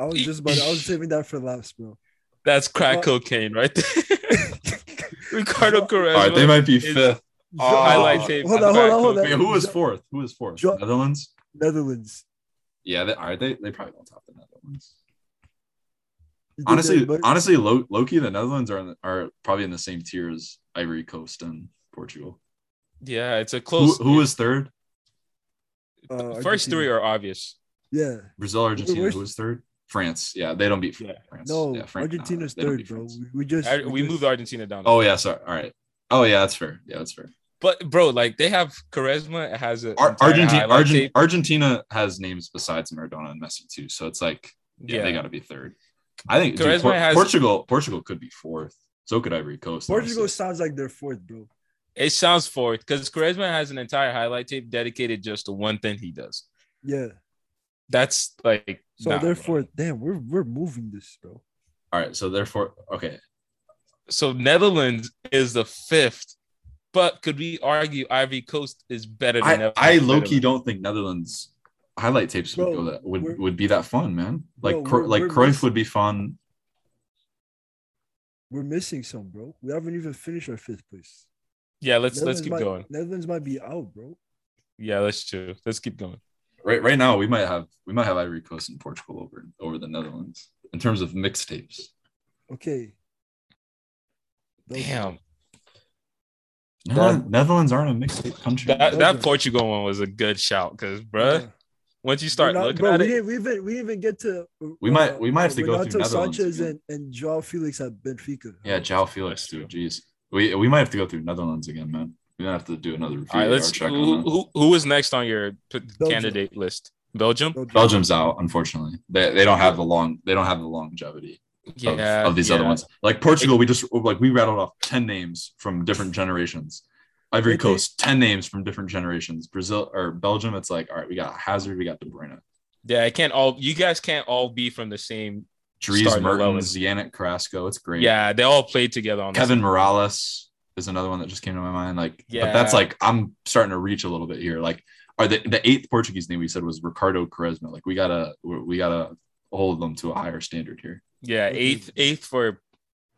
[SPEAKER 2] I was just about. I was saving that for last, bro.
[SPEAKER 1] That's crack
[SPEAKER 2] Well-
[SPEAKER 1] cocaine right there. Ricardo Quaresma.
[SPEAKER 3] All right, they might be
[SPEAKER 1] is-
[SPEAKER 3] fifth. Oh,
[SPEAKER 1] highlight tape.
[SPEAKER 2] Hold
[SPEAKER 1] I'm
[SPEAKER 2] on, hold
[SPEAKER 1] crack
[SPEAKER 2] on, hold on.
[SPEAKER 1] cocaine.
[SPEAKER 3] Wait, who was fourth? Who was fourth?
[SPEAKER 2] Jo-
[SPEAKER 3] Netherlands.
[SPEAKER 2] Netherlands.
[SPEAKER 3] Yeah, they, all right. They, they probably won't top the Netherlands.
[SPEAKER 2] You did
[SPEAKER 3] Honestly,
[SPEAKER 2] that, but-
[SPEAKER 3] honestly, Lo- Loki, the Netherlands are in the, are probably in the same tier as Ivory Coast and Portugal.
[SPEAKER 1] Yeah, it's a
[SPEAKER 3] Who,
[SPEAKER 1] close.
[SPEAKER 3] who was third?
[SPEAKER 2] uh,
[SPEAKER 1] first three are obvious.
[SPEAKER 2] Yeah,
[SPEAKER 3] Brazil, Argentina.
[SPEAKER 2] where's-
[SPEAKER 3] who was third? France. Yeah, they don't beat Fr-
[SPEAKER 1] Yeah.
[SPEAKER 3] France.
[SPEAKER 2] no,
[SPEAKER 3] yeah, Fran- nah,
[SPEAKER 2] Argentina's
[SPEAKER 3] they don't
[SPEAKER 2] third,
[SPEAKER 3] beat
[SPEAKER 2] bro.
[SPEAKER 3] France.
[SPEAKER 2] We, we just
[SPEAKER 1] I- we
[SPEAKER 2] just-
[SPEAKER 1] moved Argentina down.
[SPEAKER 3] Oh yeah, sorry. All right. Oh yeah, that's fair. Yeah, that's fair.
[SPEAKER 1] But bro, like they have charisma. It has a
[SPEAKER 3] Ar-
[SPEAKER 1] entire
[SPEAKER 3] Argentina,
[SPEAKER 1] highlight
[SPEAKER 3] Argent-
[SPEAKER 1] tape.
[SPEAKER 3] Argentina has names besides Maradona and Messi too, so it's like yeah, they got to be third. I think dude,
[SPEAKER 1] Quaresma
[SPEAKER 3] Por-
[SPEAKER 1] has-
[SPEAKER 3] Portugal. Portugal could be fourth. So could Ivory Coast.
[SPEAKER 2] Portugal
[SPEAKER 3] honestly.
[SPEAKER 2] sounds like they're fourth, bro.
[SPEAKER 1] It sounds fourth because Charisma has an entire highlight tape dedicated just to one thing he does.
[SPEAKER 2] Yeah,
[SPEAKER 1] That's like
[SPEAKER 2] so
[SPEAKER 1] nah,
[SPEAKER 2] they're
[SPEAKER 1] bro.
[SPEAKER 2] fourth. Damn, we're we're moving this, bro.
[SPEAKER 3] All right, so therefore, okay,
[SPEAKER 1] So Netherlands is the fifth, but could we argue Ivory Coast is better than
[SPEAKER 3] I,
[SPEAKER 1] Netherlands?
[SPEAKER 3] I low key don't think Netherlands highlight tapes would
[SPEAKER 2] Bro,
[SPEAKER 3] go that would,
[SPEAKER 2] we're-
[SPEAKER 3] would be that fun, man. Like
[SPEAKER 2] Bro,
[SPEAKER 3] Cro-
[SPEAKER 2] we're-
[SPEAKER 3] like
[SPEAKER 2] we're
[SPEAKER 3] Cruyff
[SPEAKER 2] missing-
[SPEAKER 3] would be fun.
[SPEAKER 2] We're missing some, bro. We haven't even finished our fifth place.
[SPEAKER 1] Yeah, let's let's
[SPEAKER 2] Netherlands
[SPEAKER 1] keep
[SPEAKER 2] might-
[SPEAKER 1] going.
[SPEAKER 2] Netherlands might be out, bro.
[SPEAKER 1] Yeah, let's true. Let's keep going.
[SPEAKER 3] right right now we might have we might have Ivory Coast and Portugal over over the Netherlands in terms of mixtapes.
[SPEAKER 2] Okay. Those-
[SPEAKER 1] Damn,
[SPEAKER 3] Netherlands, Netherlands aren't a mixtape country.
[SPEAKER 1] that,
[SPEAKER 2] Those
[SPEAKER 1] that
[SPEAKER 2] are-
[SPEAKER 1] Portugal one was a good shout because,
[SPEAKER 2] yeah.
[SPEAKER 1] bruh, once you start
[SPEAKER 2] We're not-
[SPEAKER 1] looking
[SPEAKER 2] bro,
[SPEAKER 1] at
[SPEAKER 2] we
[SPEAKER 1] it,
[SPEAKER 2] Didn't, we, even, we didn't even get to. uh,
[SPEAKER 3] We might- we might have to go through
[SPEAKER 2] Renato
[SPEAKER 3] Netherlands
[SPEAKER 2] Sanchez
[SPEAKER 3] again.
[SPEAKER 2] and, and Joao Felix at Benfica.
[SPEAKER 1] Oh,
[SPEAKER 3] yeah, Jao Felix too. Jeez, we we might have to go through Netherlands again, man. We might have to do another
[SPEAKER 1] all right,
[SPEAKER 3] VAR
[SPEAKER 1] let's.
[SPEAKER 3] check
[SPEAKER 1] Who,
[SPEAKER 3] on that.
[SPEAKER 1] who who is next on your p- candidate list? Belgium.
[SPEAKER 2] Belgium.
[SPEAKER 3] Belgium's out, unfortunately. They, they don't have the long they don't have the longevity of,
[SPEAKER 1] Yeah,
[SPEAKER 3] of these other
[SPEAKER 1] yeah.
[SPEAKER 3] ones. Like Portugal, we just like we rattled off ten names from different generations. Ivory
[SPEAKER 2] They- they-
[SPEAKER 3] Coast, ten names from different generations. Brazil or Belgium, it's like all right, we got Hazard, we got De Bruyne,
[SPEAKER 1] Yeah, it can't all. You guys can't all be from the same.
[SPEAKER 3] Dries
[SPEAKER 1] Starting
[SPEAKER 3] Mertens,
[SPEAKER 1] Lowest.
[SPEAKER 3] Yannick Carrasco. It's great.
[SPEAKER 1] Yeah, they all played together on
[SPEAKER 3] Kevin Morales is another one that just came to my mind. Like, but
[SPEAKER 1] Yeah.
[SPEAKER 3] that's like I'm starting to reach a little bit here. Like, are the, the eighth Portuguese name we said was Ricardo Quaresma? Like, we gotta we we gotta hold them to a higher standard here.
[SPEAKER 1] This. Yeah, eighth eighth for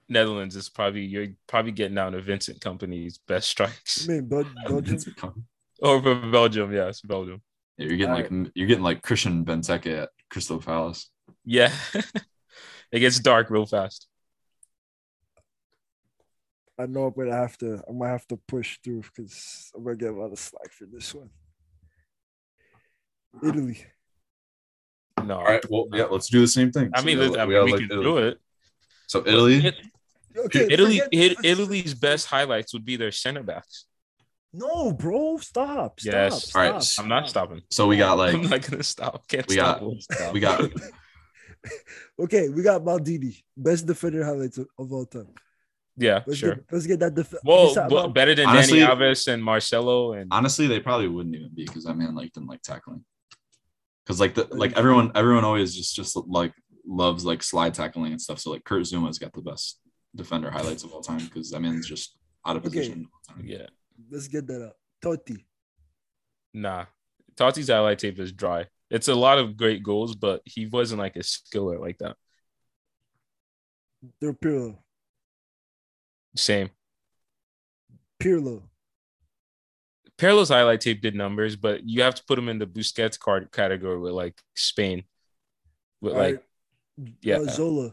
[SPEAKER 1] Netherlands is probably you're probably getting down to Vincent Company's best
[SPEAKER 2] I
[SPEAKER 1] strikes.
[SPEAKER 2] mean, Bel- Belgium.
[SPEAKER 3] It's become-
[SPEAKER 1] Or for Belgium, yes, Belgium.
[SPEAKER 3] yeah, you're getting like you're getting like Christian Benteke at Crystal Palace.
[SPEAKER 1] Yeah, it gets dark real fast.
[SPEAKER 2] I know I'm gonna have to. I'm gonna have to push through because I'm gonna get a lot of slack for this one. Italy.
[SPEAKER 1] No,
[SPEAKER 3] All right, well, yeah, let's do the same thing.
[SPEAKER 1] I
[SPEAKER 3] So
[SPEAKER 1] mean,
[SPEAKER 3] we
[SPEAKER 1] we,
[SPEAKER 3] gotta-
[SPEAKER 1] I
[SPEAKER 3] we
[SPEAKER 1] mean,
[SPEAKER 3] gotta
[SPEAKER 1] we
[SPEAKER 3] like
[SPEAKER 1] can
[SPEAKER 3] Italy.
[SPEAKER 1] do it.
[SPEAKER 3] So Italy,
[SPEAKER 1] It-
[SPEAKER 2] Okay,
[SPEAKER 1] Italy,
[SPEAKER 2] forget-
[SPEAKER 1] it, Italy's best highlights would be their center backs.
[SPEAKER 2] No, bro, stop. Stop.
[SPEAKER 1] Yes.
[SPEAKER 2] Stop,
[SPEAKER 3] All right,
[SPEAKER 1] I'm not stopping.
[SPEAKER 3] so we got
[SPEAKER 1] I'm
[SPEAKER 3] like
[SPEAKER 1] not gonna stop. Can't
[SPEAKER 3] we
[SPEAKER 1] stop.
[SPEAKER 3] got-
[SPEAKER 1] won't stop.
[SPEAKER 3] we got
[SPEAKER 2] Okay, we got Maldini, best defender highlights of, of all time.
[SPEAKER 1] yeah,
[SPEAKER 2] Let's
[SPEAKER 1] sure.
[SPEAKER 2] get let's get that defense.
[SPEAKER 1] Well, well, better than
[SPEAKER 3] Honestly-
[SPEAKER 1] Danny Alves and Marcelo and
[SPEAKER 3] honestly they probably wouldn't even be because that man like didn't like tackling because like the like everyone everyone always just just like loves like slide tackling and stuff so like kurt zuma's got the best defender highlights of all time because that man's just out of
[SPEAKER 2] Okay.
[SPEAKER 3] position all the time.
[SPEAKER 1] yeah,
[SPEAKER 2] let's get that up. Totti.
[SPEAKER 1] nah. Tati's highlight tape is dry. It's a lot of great goals, but he wasn't like a skiller like that.
[SPEAKER 2] They're Pirlo.
[SPEAKER 1] Same.
[SPEAKER 2] Pirlo.
[SPEAKER 1] Pirlo's highlight tape did numbers, but you have to put him in the Busquets card category with like Spain, with
[SPEAKER 2] All
[SPEAKER 1] like
[SPEAKER 2] right,
[SPEAKER 1] yeah,
[SPEAKER 2] uh, Zola.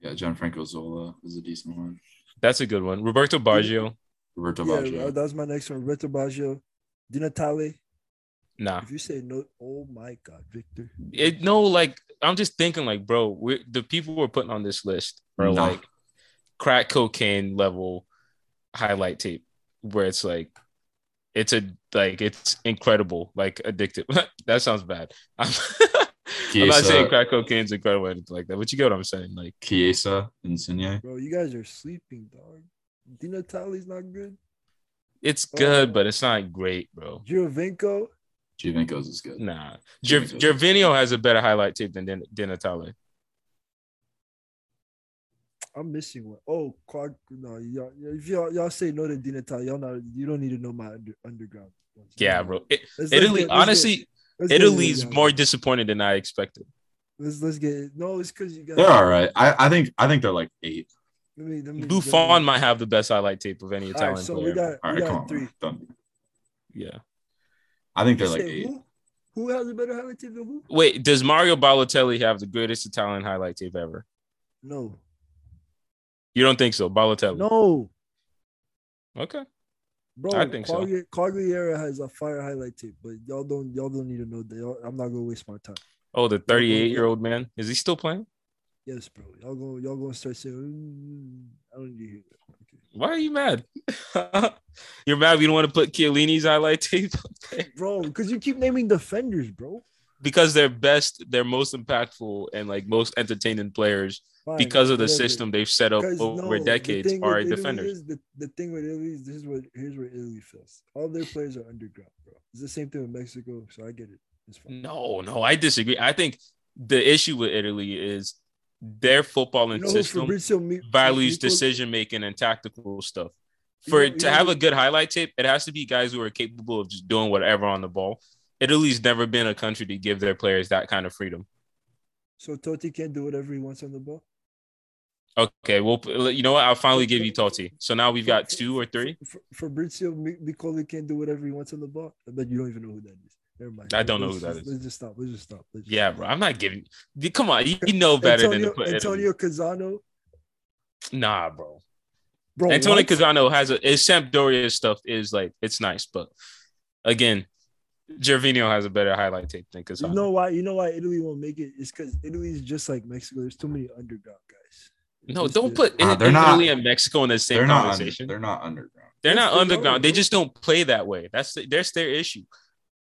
[SPEAKER 3] yeah gianfranco zola is a decent one
[SPEAKER 1] that's a good one. Roberto Baggio,
[SPEAKER 3] roberto
[SPEAKER 2] Yeah,
[SPEAKER 3] baggio
[SPEAKER 2] uh, that was my next one. Roberto Baggio. Di Natale.
[SPEAKER 1] nah.
[SPEAKER 2] If you say no, oh my God, Victor.
[SPEAKER 1] It no, like I'm just thinking, like, bro, we're, the people we're putting on this list are
[SPEAKER 3] Nah.
[SPEAKER 1] like crack cocaine level highlight tape, where it's like, it's a like it's incredible, like addictive. that sounds bad. I'm, I'm not
[SPEAKER 3] Chiesa.
[SPEAKER 1] saying crack cocaine's incredible or anything like that, but you get what I'm saying. Like,
[SPEAKER 3] Chiesa, Insigne.
[SPEAKER 2] Bro, you guys are sleeping, dog. Di Natale's not good.
[SPEAKER 1] it's good, but it's not great, bro.
[SPEAKER 2] Giovinco.
[SPEAKER 3] Giovinco's is good.
[SPEAKER 1] Nah, Jer- Gervinho has a better highlight tape than Den- Denatale.
[SPEAKER 2] I'm missing one. Oh, Clark. No, y'all, if y'all, y'all say no to Di Natale, y'all not, you don't need to know my under, underground. ones.
[SPEAKER 1] Yeah, bro. It-
[SPEAKER 2] Let's- let's
[SPEAKER 1] Italy,
[SPEAKER 2] get- let's get-
[SPEAKER 1] honestly,
[SPEAKER 2] let's get
[SPEAKER 1] Italy's
[SPEAKER 2] underground.
[SPEAKER 1] more disappointed than I expected.
[SPEAKER 2] Let's let's get no. It's because you got.
[SPEAKER 3] They're all right. I, I think I think they're like eight.
[SPEAKER 2] Let me, let me-
[SPEAKER 1] Buffon might have the best highlight tape of any
[SPEAKER 2] All right,
[SPEAKER 1] Italian
[SPEAKER 2] so
[SPEAKER 1] player.
[SPEAKER 2] we got
[SPEAKER 3] All
[SPEAKER 2] we
[SPEAKER 3] right,
[SPEAKER 2] got
[SPEAKER 3] come on.
[SPEAKER 2] three.
[SPEAKER 3] man. Done.
[SPEAKER 1] yeah.
[SPEAKER 3] I think they're
[SPEAKER 2] You
[SPEAKER 3] like
[SPEAKER 2] said
[SPEAKER 3] eight.
[SPEAKER 2] Who, who has a better highlight tape than who?
[SPEAKER 1] Wait, does Mario Balotelli have the greatest Italian highlight tape ever?
[SPEAKER 2] No,
[SPEAKER 1] You don't think so, Balotelli?
[SPEAKER 2] no,
[SPEAKER 1] Okay.
[SPEAKER 2] bro.
[SPEAKER 1] I think so.
[SPEAKER 2] Cagli- Cagliari has a fire highlight tape, but y'all don't y'all don't need to know that. Y'all, I'm not gonna waste my time.
[SPEAKER 1] Oh, the 38 year old man is he still playing?
[SPEAKER 2] Yes, bro. Y'all going y'all gonna start saying "Mm, I don't need to hear that. Okay.
[SPEAKER 1] Why are you mad? You're mad we don't want to put Chiellini's highlight tape
[SPEAKER 2] Bro, because you keep naming defenders, bro.
[SPEAKER 1] because they're best, they're most impactful and like most entertaining players
[SPEAKER 2] Fine,
[SPEAKER 1] because of the
[SPEAKER 2] whatever.
[SPEAKER 1] system they've set up
[SPEAKER 2] 'Cause no,
[SPEAKER 1] over
[SPEAKER 2] the
[SPEAKER 1] decades
[SPEAKER 2] thing
[SPEAKER 1] are
[SPEAKER 2] with Italy
[SPEAKER 1] defenders.
[SPEAKER 2] is- the, the thing with Italy is this is what here's where Italy fails. All their players are underground, bro. It's the same thing with Mexico, so I get it. It's fine.
[SPEAKER 1] No, no, I disagree. I think the issue with Italy is their
[SPEAKER 2] You
[SPEAKER 1] footballing
[SPEAKER 2] know who
[SPEAKER 1] system
[SPEAKER 2] Fabrizio Mi-
[SPEAKER 1] values
[SPEAKER 2] Michel-
[SPEAKER 1] decision making and tactical stuff.
[SPEAKER 2] You
[SPEAKER 1] For
[SPEAKER 2] know-
[SPEAKER 1] it
[SPEAKER 2] you
[SPEAKER 1] to
[SPEAKER 2] know
[SPEAKER 1] have
[SPEAKER 2] who-
[SPEAKER 1] a good highlight tape, it has to be guys who are capable of just doing whatever on the ball. Italy's never been a country to give their players that kind of freedom.
[SPEAKER 2] So Totti can't do whatever he wants on the ball.
[SPEAKER 1] Okay, well, you know what? I'll finally give you Totti. So now we've got two or three.
[SPEAKER 2] F- Fabrizio Mi- Micoli can't do whatever he wants on the ball. I bet you don't even know who that is. Never mind.
[SPEAKER 1] I don't know
[SPEAKER 2] Let's
[SPEAKER 1] who that
[SPEAKER 2] just-
[SPEAKER 1] is.
[SPEAKER 2] Let's just stop. Let's just stop. Let's just
[SPEAKER 1] Yeah,
[SPEAKER 2] stop.
[SPEAKER 1] bro. I'm not giving. you- Come on, you, you know better
[SPEAKER 2] Antonio,
[SPEAKER 1] than to put
[SPEAKER 2] Antonio Cazano.
[SPEAKER 1] Italy. Nah, bro.
[SPEAKER 2] Bro,
[SPEAKER 1] Antonio
[SPEAKER 2] what?
[SPEAKER 1] Cazano has a his Sampdoria stuff is like it's nice, but again, Gervinho has a better highlight tape than Cazano.
[SPEAKER 2] You know why? You know why Italy won't make it? It's because Italy's just like Mexico. There's too many underdog guys.
[SPEAKER 1] no,
[SPEAKER 2] It's
[SPEAKER 1] don't
[SPEAKER 2] just-
[SPEAKER 1] put
[SPEAKER 3] Nah,
[SPEAKER 1] It-
[SPEAKER 3] they're not-
[SPEAKER 1] Italy and Mexico in the same
[SPEAKER 3] they're not. Under,
[SPEAKER 1] conversation.
[SPEAKER 3] they're not underground.
[SPEAKER 1] they're
[SPEAKER 2] Yes,
[SPEAKER 1] not
[SPEAKER 2] they
[SPEAKER 1] underground.
[SPEAKER 2] are,
[SPEAKER 1] They
[SPEAKER 2] bro.
[SPEAKER 1] just don't play that way. That's the, that's their issue.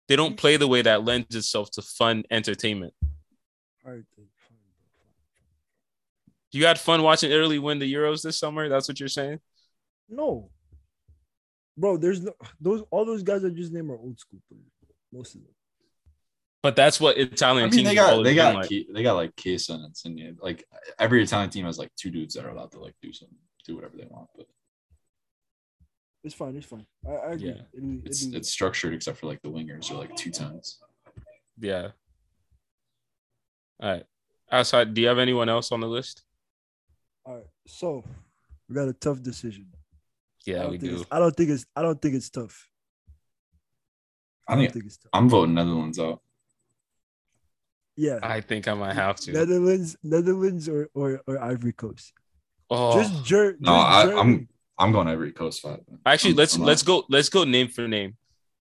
[SPEAKER 1] They don't play the way that lends itself to fun entertainment.
[SPEAKER 2] All right, then, fine, bro, fine.
[SPEAKER 1] You had fun watching Italy win the Euros this summer. That's what you're saying.
[SPEAKER 2] No, bro. There's no those. All those guys I just named are old school players. Most of them.
[SPEAKER 1] But that's what Italian
[SPEAKER 3] I mean,
[SPEAKER 1] teams
[SPEAKER 3] they
[SPEAKER 1] have
[SPEAKER 3] got
[SPEAKER 1] always
[SPEAKER 3] they
[SPEAKER 1] been
[SPEAKER 3] got
[SPEAKER 1] like.
[SPEAKER 3] Ke- they got like Chiesa and Insigne. Like every Italian team has like two dudes that are allowed to like do some do whatever they want, but
[SPEAKER 2] It's fine. It's fine. I, I agree.
[SPEAKER 1] Yeah.
[SPEAKER 2] Italy,
[SPEAKER 3] it's
[SPEAKER 1] Mm-hmm.
[SPEAKER 2] Italy-
[SPEAKER 3] it's structured except for like the wingers are like two tons.
[SPEAKER 1] Yeah. All right. Outside, do you have anyone else on the list?
[SPEAKER 2] all right. So we got a tough decision. I
[SPEAKER 1] Yeah,
[SPEAKER 2] don't
[SPEAKER 1] we
[SPEAKER 2] think
[SPEAKER 1] do.
[SPEAKER 2] it's- I don't think it's. I don't think it's tough.
[SPEAKER 3] I think
[SPEAKER 2] think it's tough.
[SPEAKER 3] I'm voting Netherlands out.
[SPEAKER 2] Yeah.
[SPEAKER 1] I think I might have to.
[SPEAKER 2] Netherlands, Netherlands, or or, or Ivory Coast.
[SPEAKER 1] oh,
[SPEAKER 2] Just jerk.
[SPEAKER 3] No, I, I'm I'm going Ivory Coast five. man.
[SPEAKER 1] actually,
[SPEAKER 3] I'm-
[SPEAKER 1] let's
[SPEAKER 3] I'm
[SPEAKER 1] let's
[SPEAKER 3] out.
[SPEAKER 1] go let's go name for name.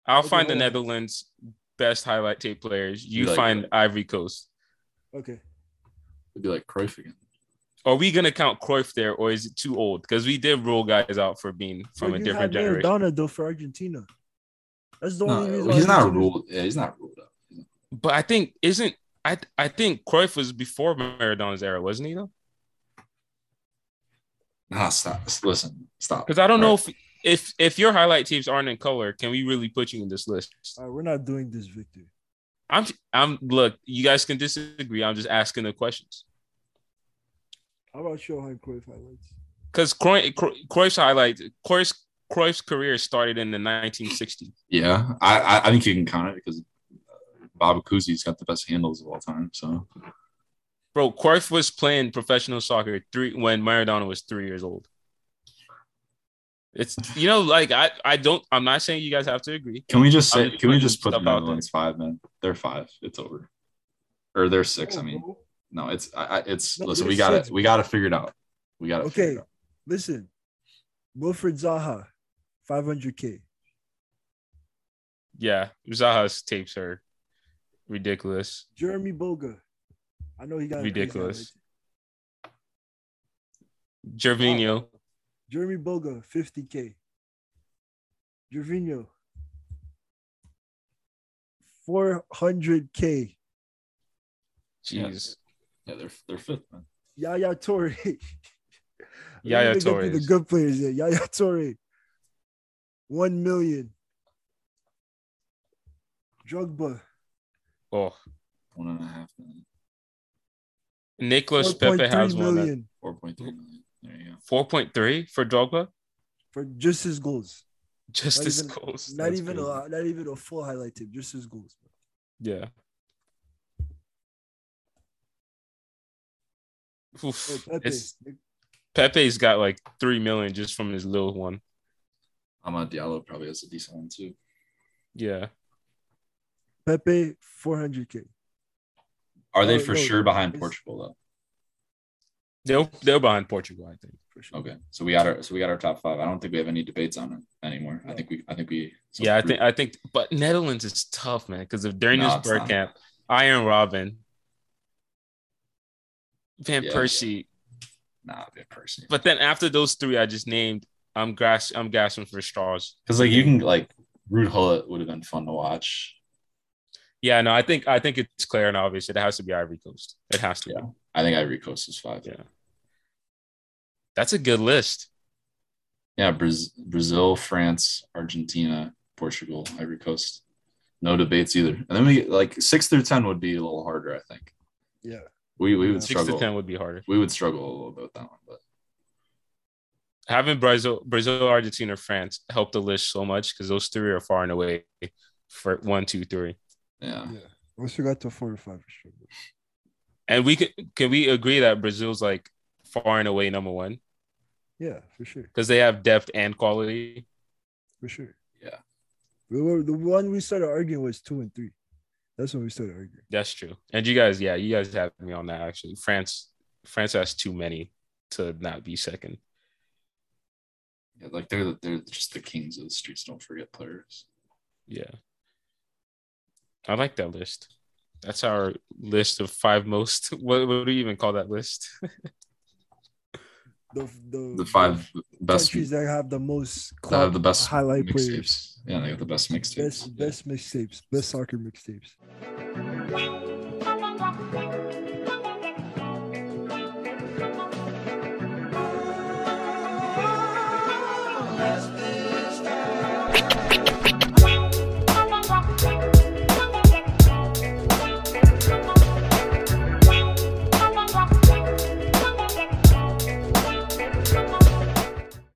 [SPEAKER 1] I'll
[SPEAKER 2] Okay,
[SPEAKER 1] find the
[SPEAKER 2] hold on.
[SPEAKER 1] Netherlands best highlight tape players. You
[SPEAKER 3] You like
[SPEAKER 1] find
[SPEAKER 3] that.
[SPEAKER 1] Ivory Coast.
[SPEAKER 2] okay.
[SPEAKER 3] It'd be like Cruyff again.
[SPEAKER 1] Are we gonna count Cruyff there, or is it too old? Because we did rule guys out for being from
[SPEAKER 2] Bro,
[SPEAKER 1] a
[SPEAKER 2] you
[SPEAKER 1] different
[SPEAKER 2] had
[SPEAKER 1] generation.
[SPEAKER 2] Maradona though for Argentina. That's the only
[SPEAKER 3] No,
[SPEAKER 2] reason.
[SPEAKER 3] he's not
[SPEAKER 2] Argentina-
[SPEAKER 3] ruled. Yeah, he's not ruled out.
[SPEAKER 1] But I think isn't I I think Cruyff was before Maradona's era, wasn't he though?
[SPEAKER 3] Nah, stop. Listen, stop.
[SPEAKER 1] Because I don't know
[SPEAKER 3] Alright.
[SPEAKER 1] if if if your highlight tapes aren't in color, can we really put you in this list?
[SPEAKER 2] All right, we're not doing this, Victor.
[SPEAKER 1] I'm I'm look, you guys can disagree. I'm just asking the questions.
[SPEAKER 2] How about Johan Cruyff highlights?
[SPEAKER 1] Because Cruyff, Cruyff's highlight Cruyff's, Cruyff's career started in the 1960s.
[SPEAKER 3] Yeah, I, I I think you can count it because Bob Cousy's got the best handles of all time. So
[SPEAKER 1] Bro, Cruyff was playing professional soccer three when Maradona was three years old. It's you know, like I I don't I'm not saying you guys have to agree.
[SPEAKER 3] can we just
[SPEAKER 1] I'm
[SPEAKER 3] say?
[SPEAKER 1] just
[SPEAKER 3] Can we
[SPEAKER 1] putting
[SPEAKER 3] just put the
[SPEAKER 1] stuff out there.
[SPEAKER 3] Netherlands five? Man, they're five. It's over. Or they're six. I
[SPEAKER 2] No,
[SPEAKER 3] mean,
[SPEAKER 2] bro.
[SPEAKER 3] no, it's I, I- it's.
[SPEAKER 2] No,
[SPEAKER 3] listen,
[SPEAKER 2] they're
[SPEAKER 3] we got
[SPEAKER 2] six.
[SPEAKER 3] it. We got to figure it out. We got to.
[SPEAKER 2] Okay.
[SPEAKER 3] Figure it out.
[SPEAKER 2] listen, Wilfred Zaha, 500k.
[SPEAKER 1] Yeah, Zaha's tapes are ridiculous.
[SPEAKER 2] Jeremy Boga, I know he got
[SPEAKER 1] Ridiculous. Gervinho,
[SPEAKER 2] Oh, Jeremy Boga, 50k. Gervinho, 400k.
[SPEAKER 1] jeez.
[SPEAKER 3] Yeah, they're they're fifth. Man.
[SPEAKER 2] Yaya Torre. We
[SPEAKER 1] Yaya
[SPEAKER 2] didn't even get through The
[SPEAKER 1] Torres.
[SPEAKER 2] good players yet. Yaya Torre. One million. Drogba.
[SPEAKER 1] Oh,
[SPEAKER 3] One and a half million.
[SPEAKER 1] Nicholas Pepe
[SPEAKER 2] 4.3
[SPEAKER 1] has one.
[SPEAKER 2] million
[SPEAKER 3] Four point three million. There you go.
[SPEAKER 1] Four point three for Drogba.
[SPEAKER 2] for just his goals.
[SPEAKER 1] Just
[SPEAKER 2] Not
[SPEAKER 1] his
[SPEAKER 2] even-
[SPEAKER 1] goals.
[SPEAKER 2] Not
[SPEAKER 1] That's
[SPEAKER 2] even
[SPEAKER 1] crazy.
[SPEAKER 2] a not even a full highlight tip, just his goals.
[SPEAKER 1] Yeah. Oof,
[SPEAKER 2] Oh, Pepe.
[SPEAKER 1] it's Pepe's got like three million just from his little one.
[SPEAKER 3] Ahmad Diallo probably has a decent one too.
[SPEAKER 1] Yeah.
[SPEAKER 2] Pepe 400k.
[SPEAKER 3] Are they
[SPEAKER 2] Oh,
[SPEAKER 3] for
[SPEAKER 2] no,
[SPEAKER 3] sure behind
[SPEAKER 2] it's-
[SPEAKER 3] Portugal
[SPEAKER 1] They're they're behind Portugal, I think.
[SPEAKER 2] For sure.
[SPEAKER 3] though? Okay, so we got our so we got our top five. I don't think we have any debates on it anymore. I
[SPEAKER 2] No.
[SPEAKER 3] think we I think we so
[SPEAKER 1] yeah, I
[SPEAKER 3] three-
[SPEAKER 1] think I think but Netherlands is tough, man, because if during
[SPEAKER 3] No,
[SPEAKER 1] this
[SPEAKER 3] it's
[SPEAKER 1] bird
[SPEAKER 3] not.
[SPEAKER 1] camp, Iron Robin, Van
[SPEAKER 3] Yeah.
[SPEAKER 1] Persie,
[SPEAKER 3] Nah, Van Persie.
[SPEAKER 1] but then after those three I just named, I'm gras- I'm gasping for straws.
[SPEAKER 3] Because like you can like Rude Hullet would have been fun to watch.
[SPEAKER 1] Yeah, no, I think I think it's clear and obvious. It has to be Ivory Coast. It has to.
[SPEAKER 3] Yeah.
[SPEAKER 1] Be.
[SPEAKER 3] I think Ivory Coast is five.
[SPEAKER 1] Yeah. That's a good list.
[SPEAKER 3] Yeah, Braz- Brazil, France, Argentina, Portugal, Ivory Coast. No debates either. And then we like six through ten would be a little harder. I think
[SPEAKER 2] Yeah.
[SPEAKER 3] we we
[SPEAKER 2] Yeah.
[SPEAKER 3] would
[SPEAKER 1] Six
[SPEAKER 3] struggle.
[SPEAKER 1] to ten would be harder.
[SPEAKER 3] We would struggle a little bit with that one, but
[SPEAKER 1] Having Brazil, Brazil, Argentina, France helped the list so much because those three are far and away for one, two, three.
[SPEAKER 3] yeah,
[SPEAKER 2] Yeah. Once we got to four or five for sure.
[SPEAKER 1] And we can can we agree that Brazil's like far and away number one
[SPEAKER 2] Yeah, for sure.
[SPEAKER 1] because they have depth and quality.
[SPEAKER 2] For sure.
[SPEAKER 3] Yeah.
[SPEAKER 2] We were, the one we started arguing was two and three. That's when we started arguing.
[SPEAKER 1] That's true. And you guys, yeah, you guys have me on that actually. France, France has too many to not be second.
[SPEAKER 3] Yeah, like they're the, they're just the kings of the streets. Don't forget players.
[SPEAKER 1] Yeah. I like that list. That's our list of five most. What, what do you even call that list?
[SPEAKER 2] The the,
[SPEAKER 3] The five best
[SPEAKER 2] countries that have the most
[SPEAKER 3] that have the best
[SPEAKER 2] highlight players,
[SPEAKER 3] mixtapes. Yeah, they got the best mixtapes.
[SPEAKER 2] best best mixtapes, best soccer mixtapes.
[SPEAKER 4] Thank you.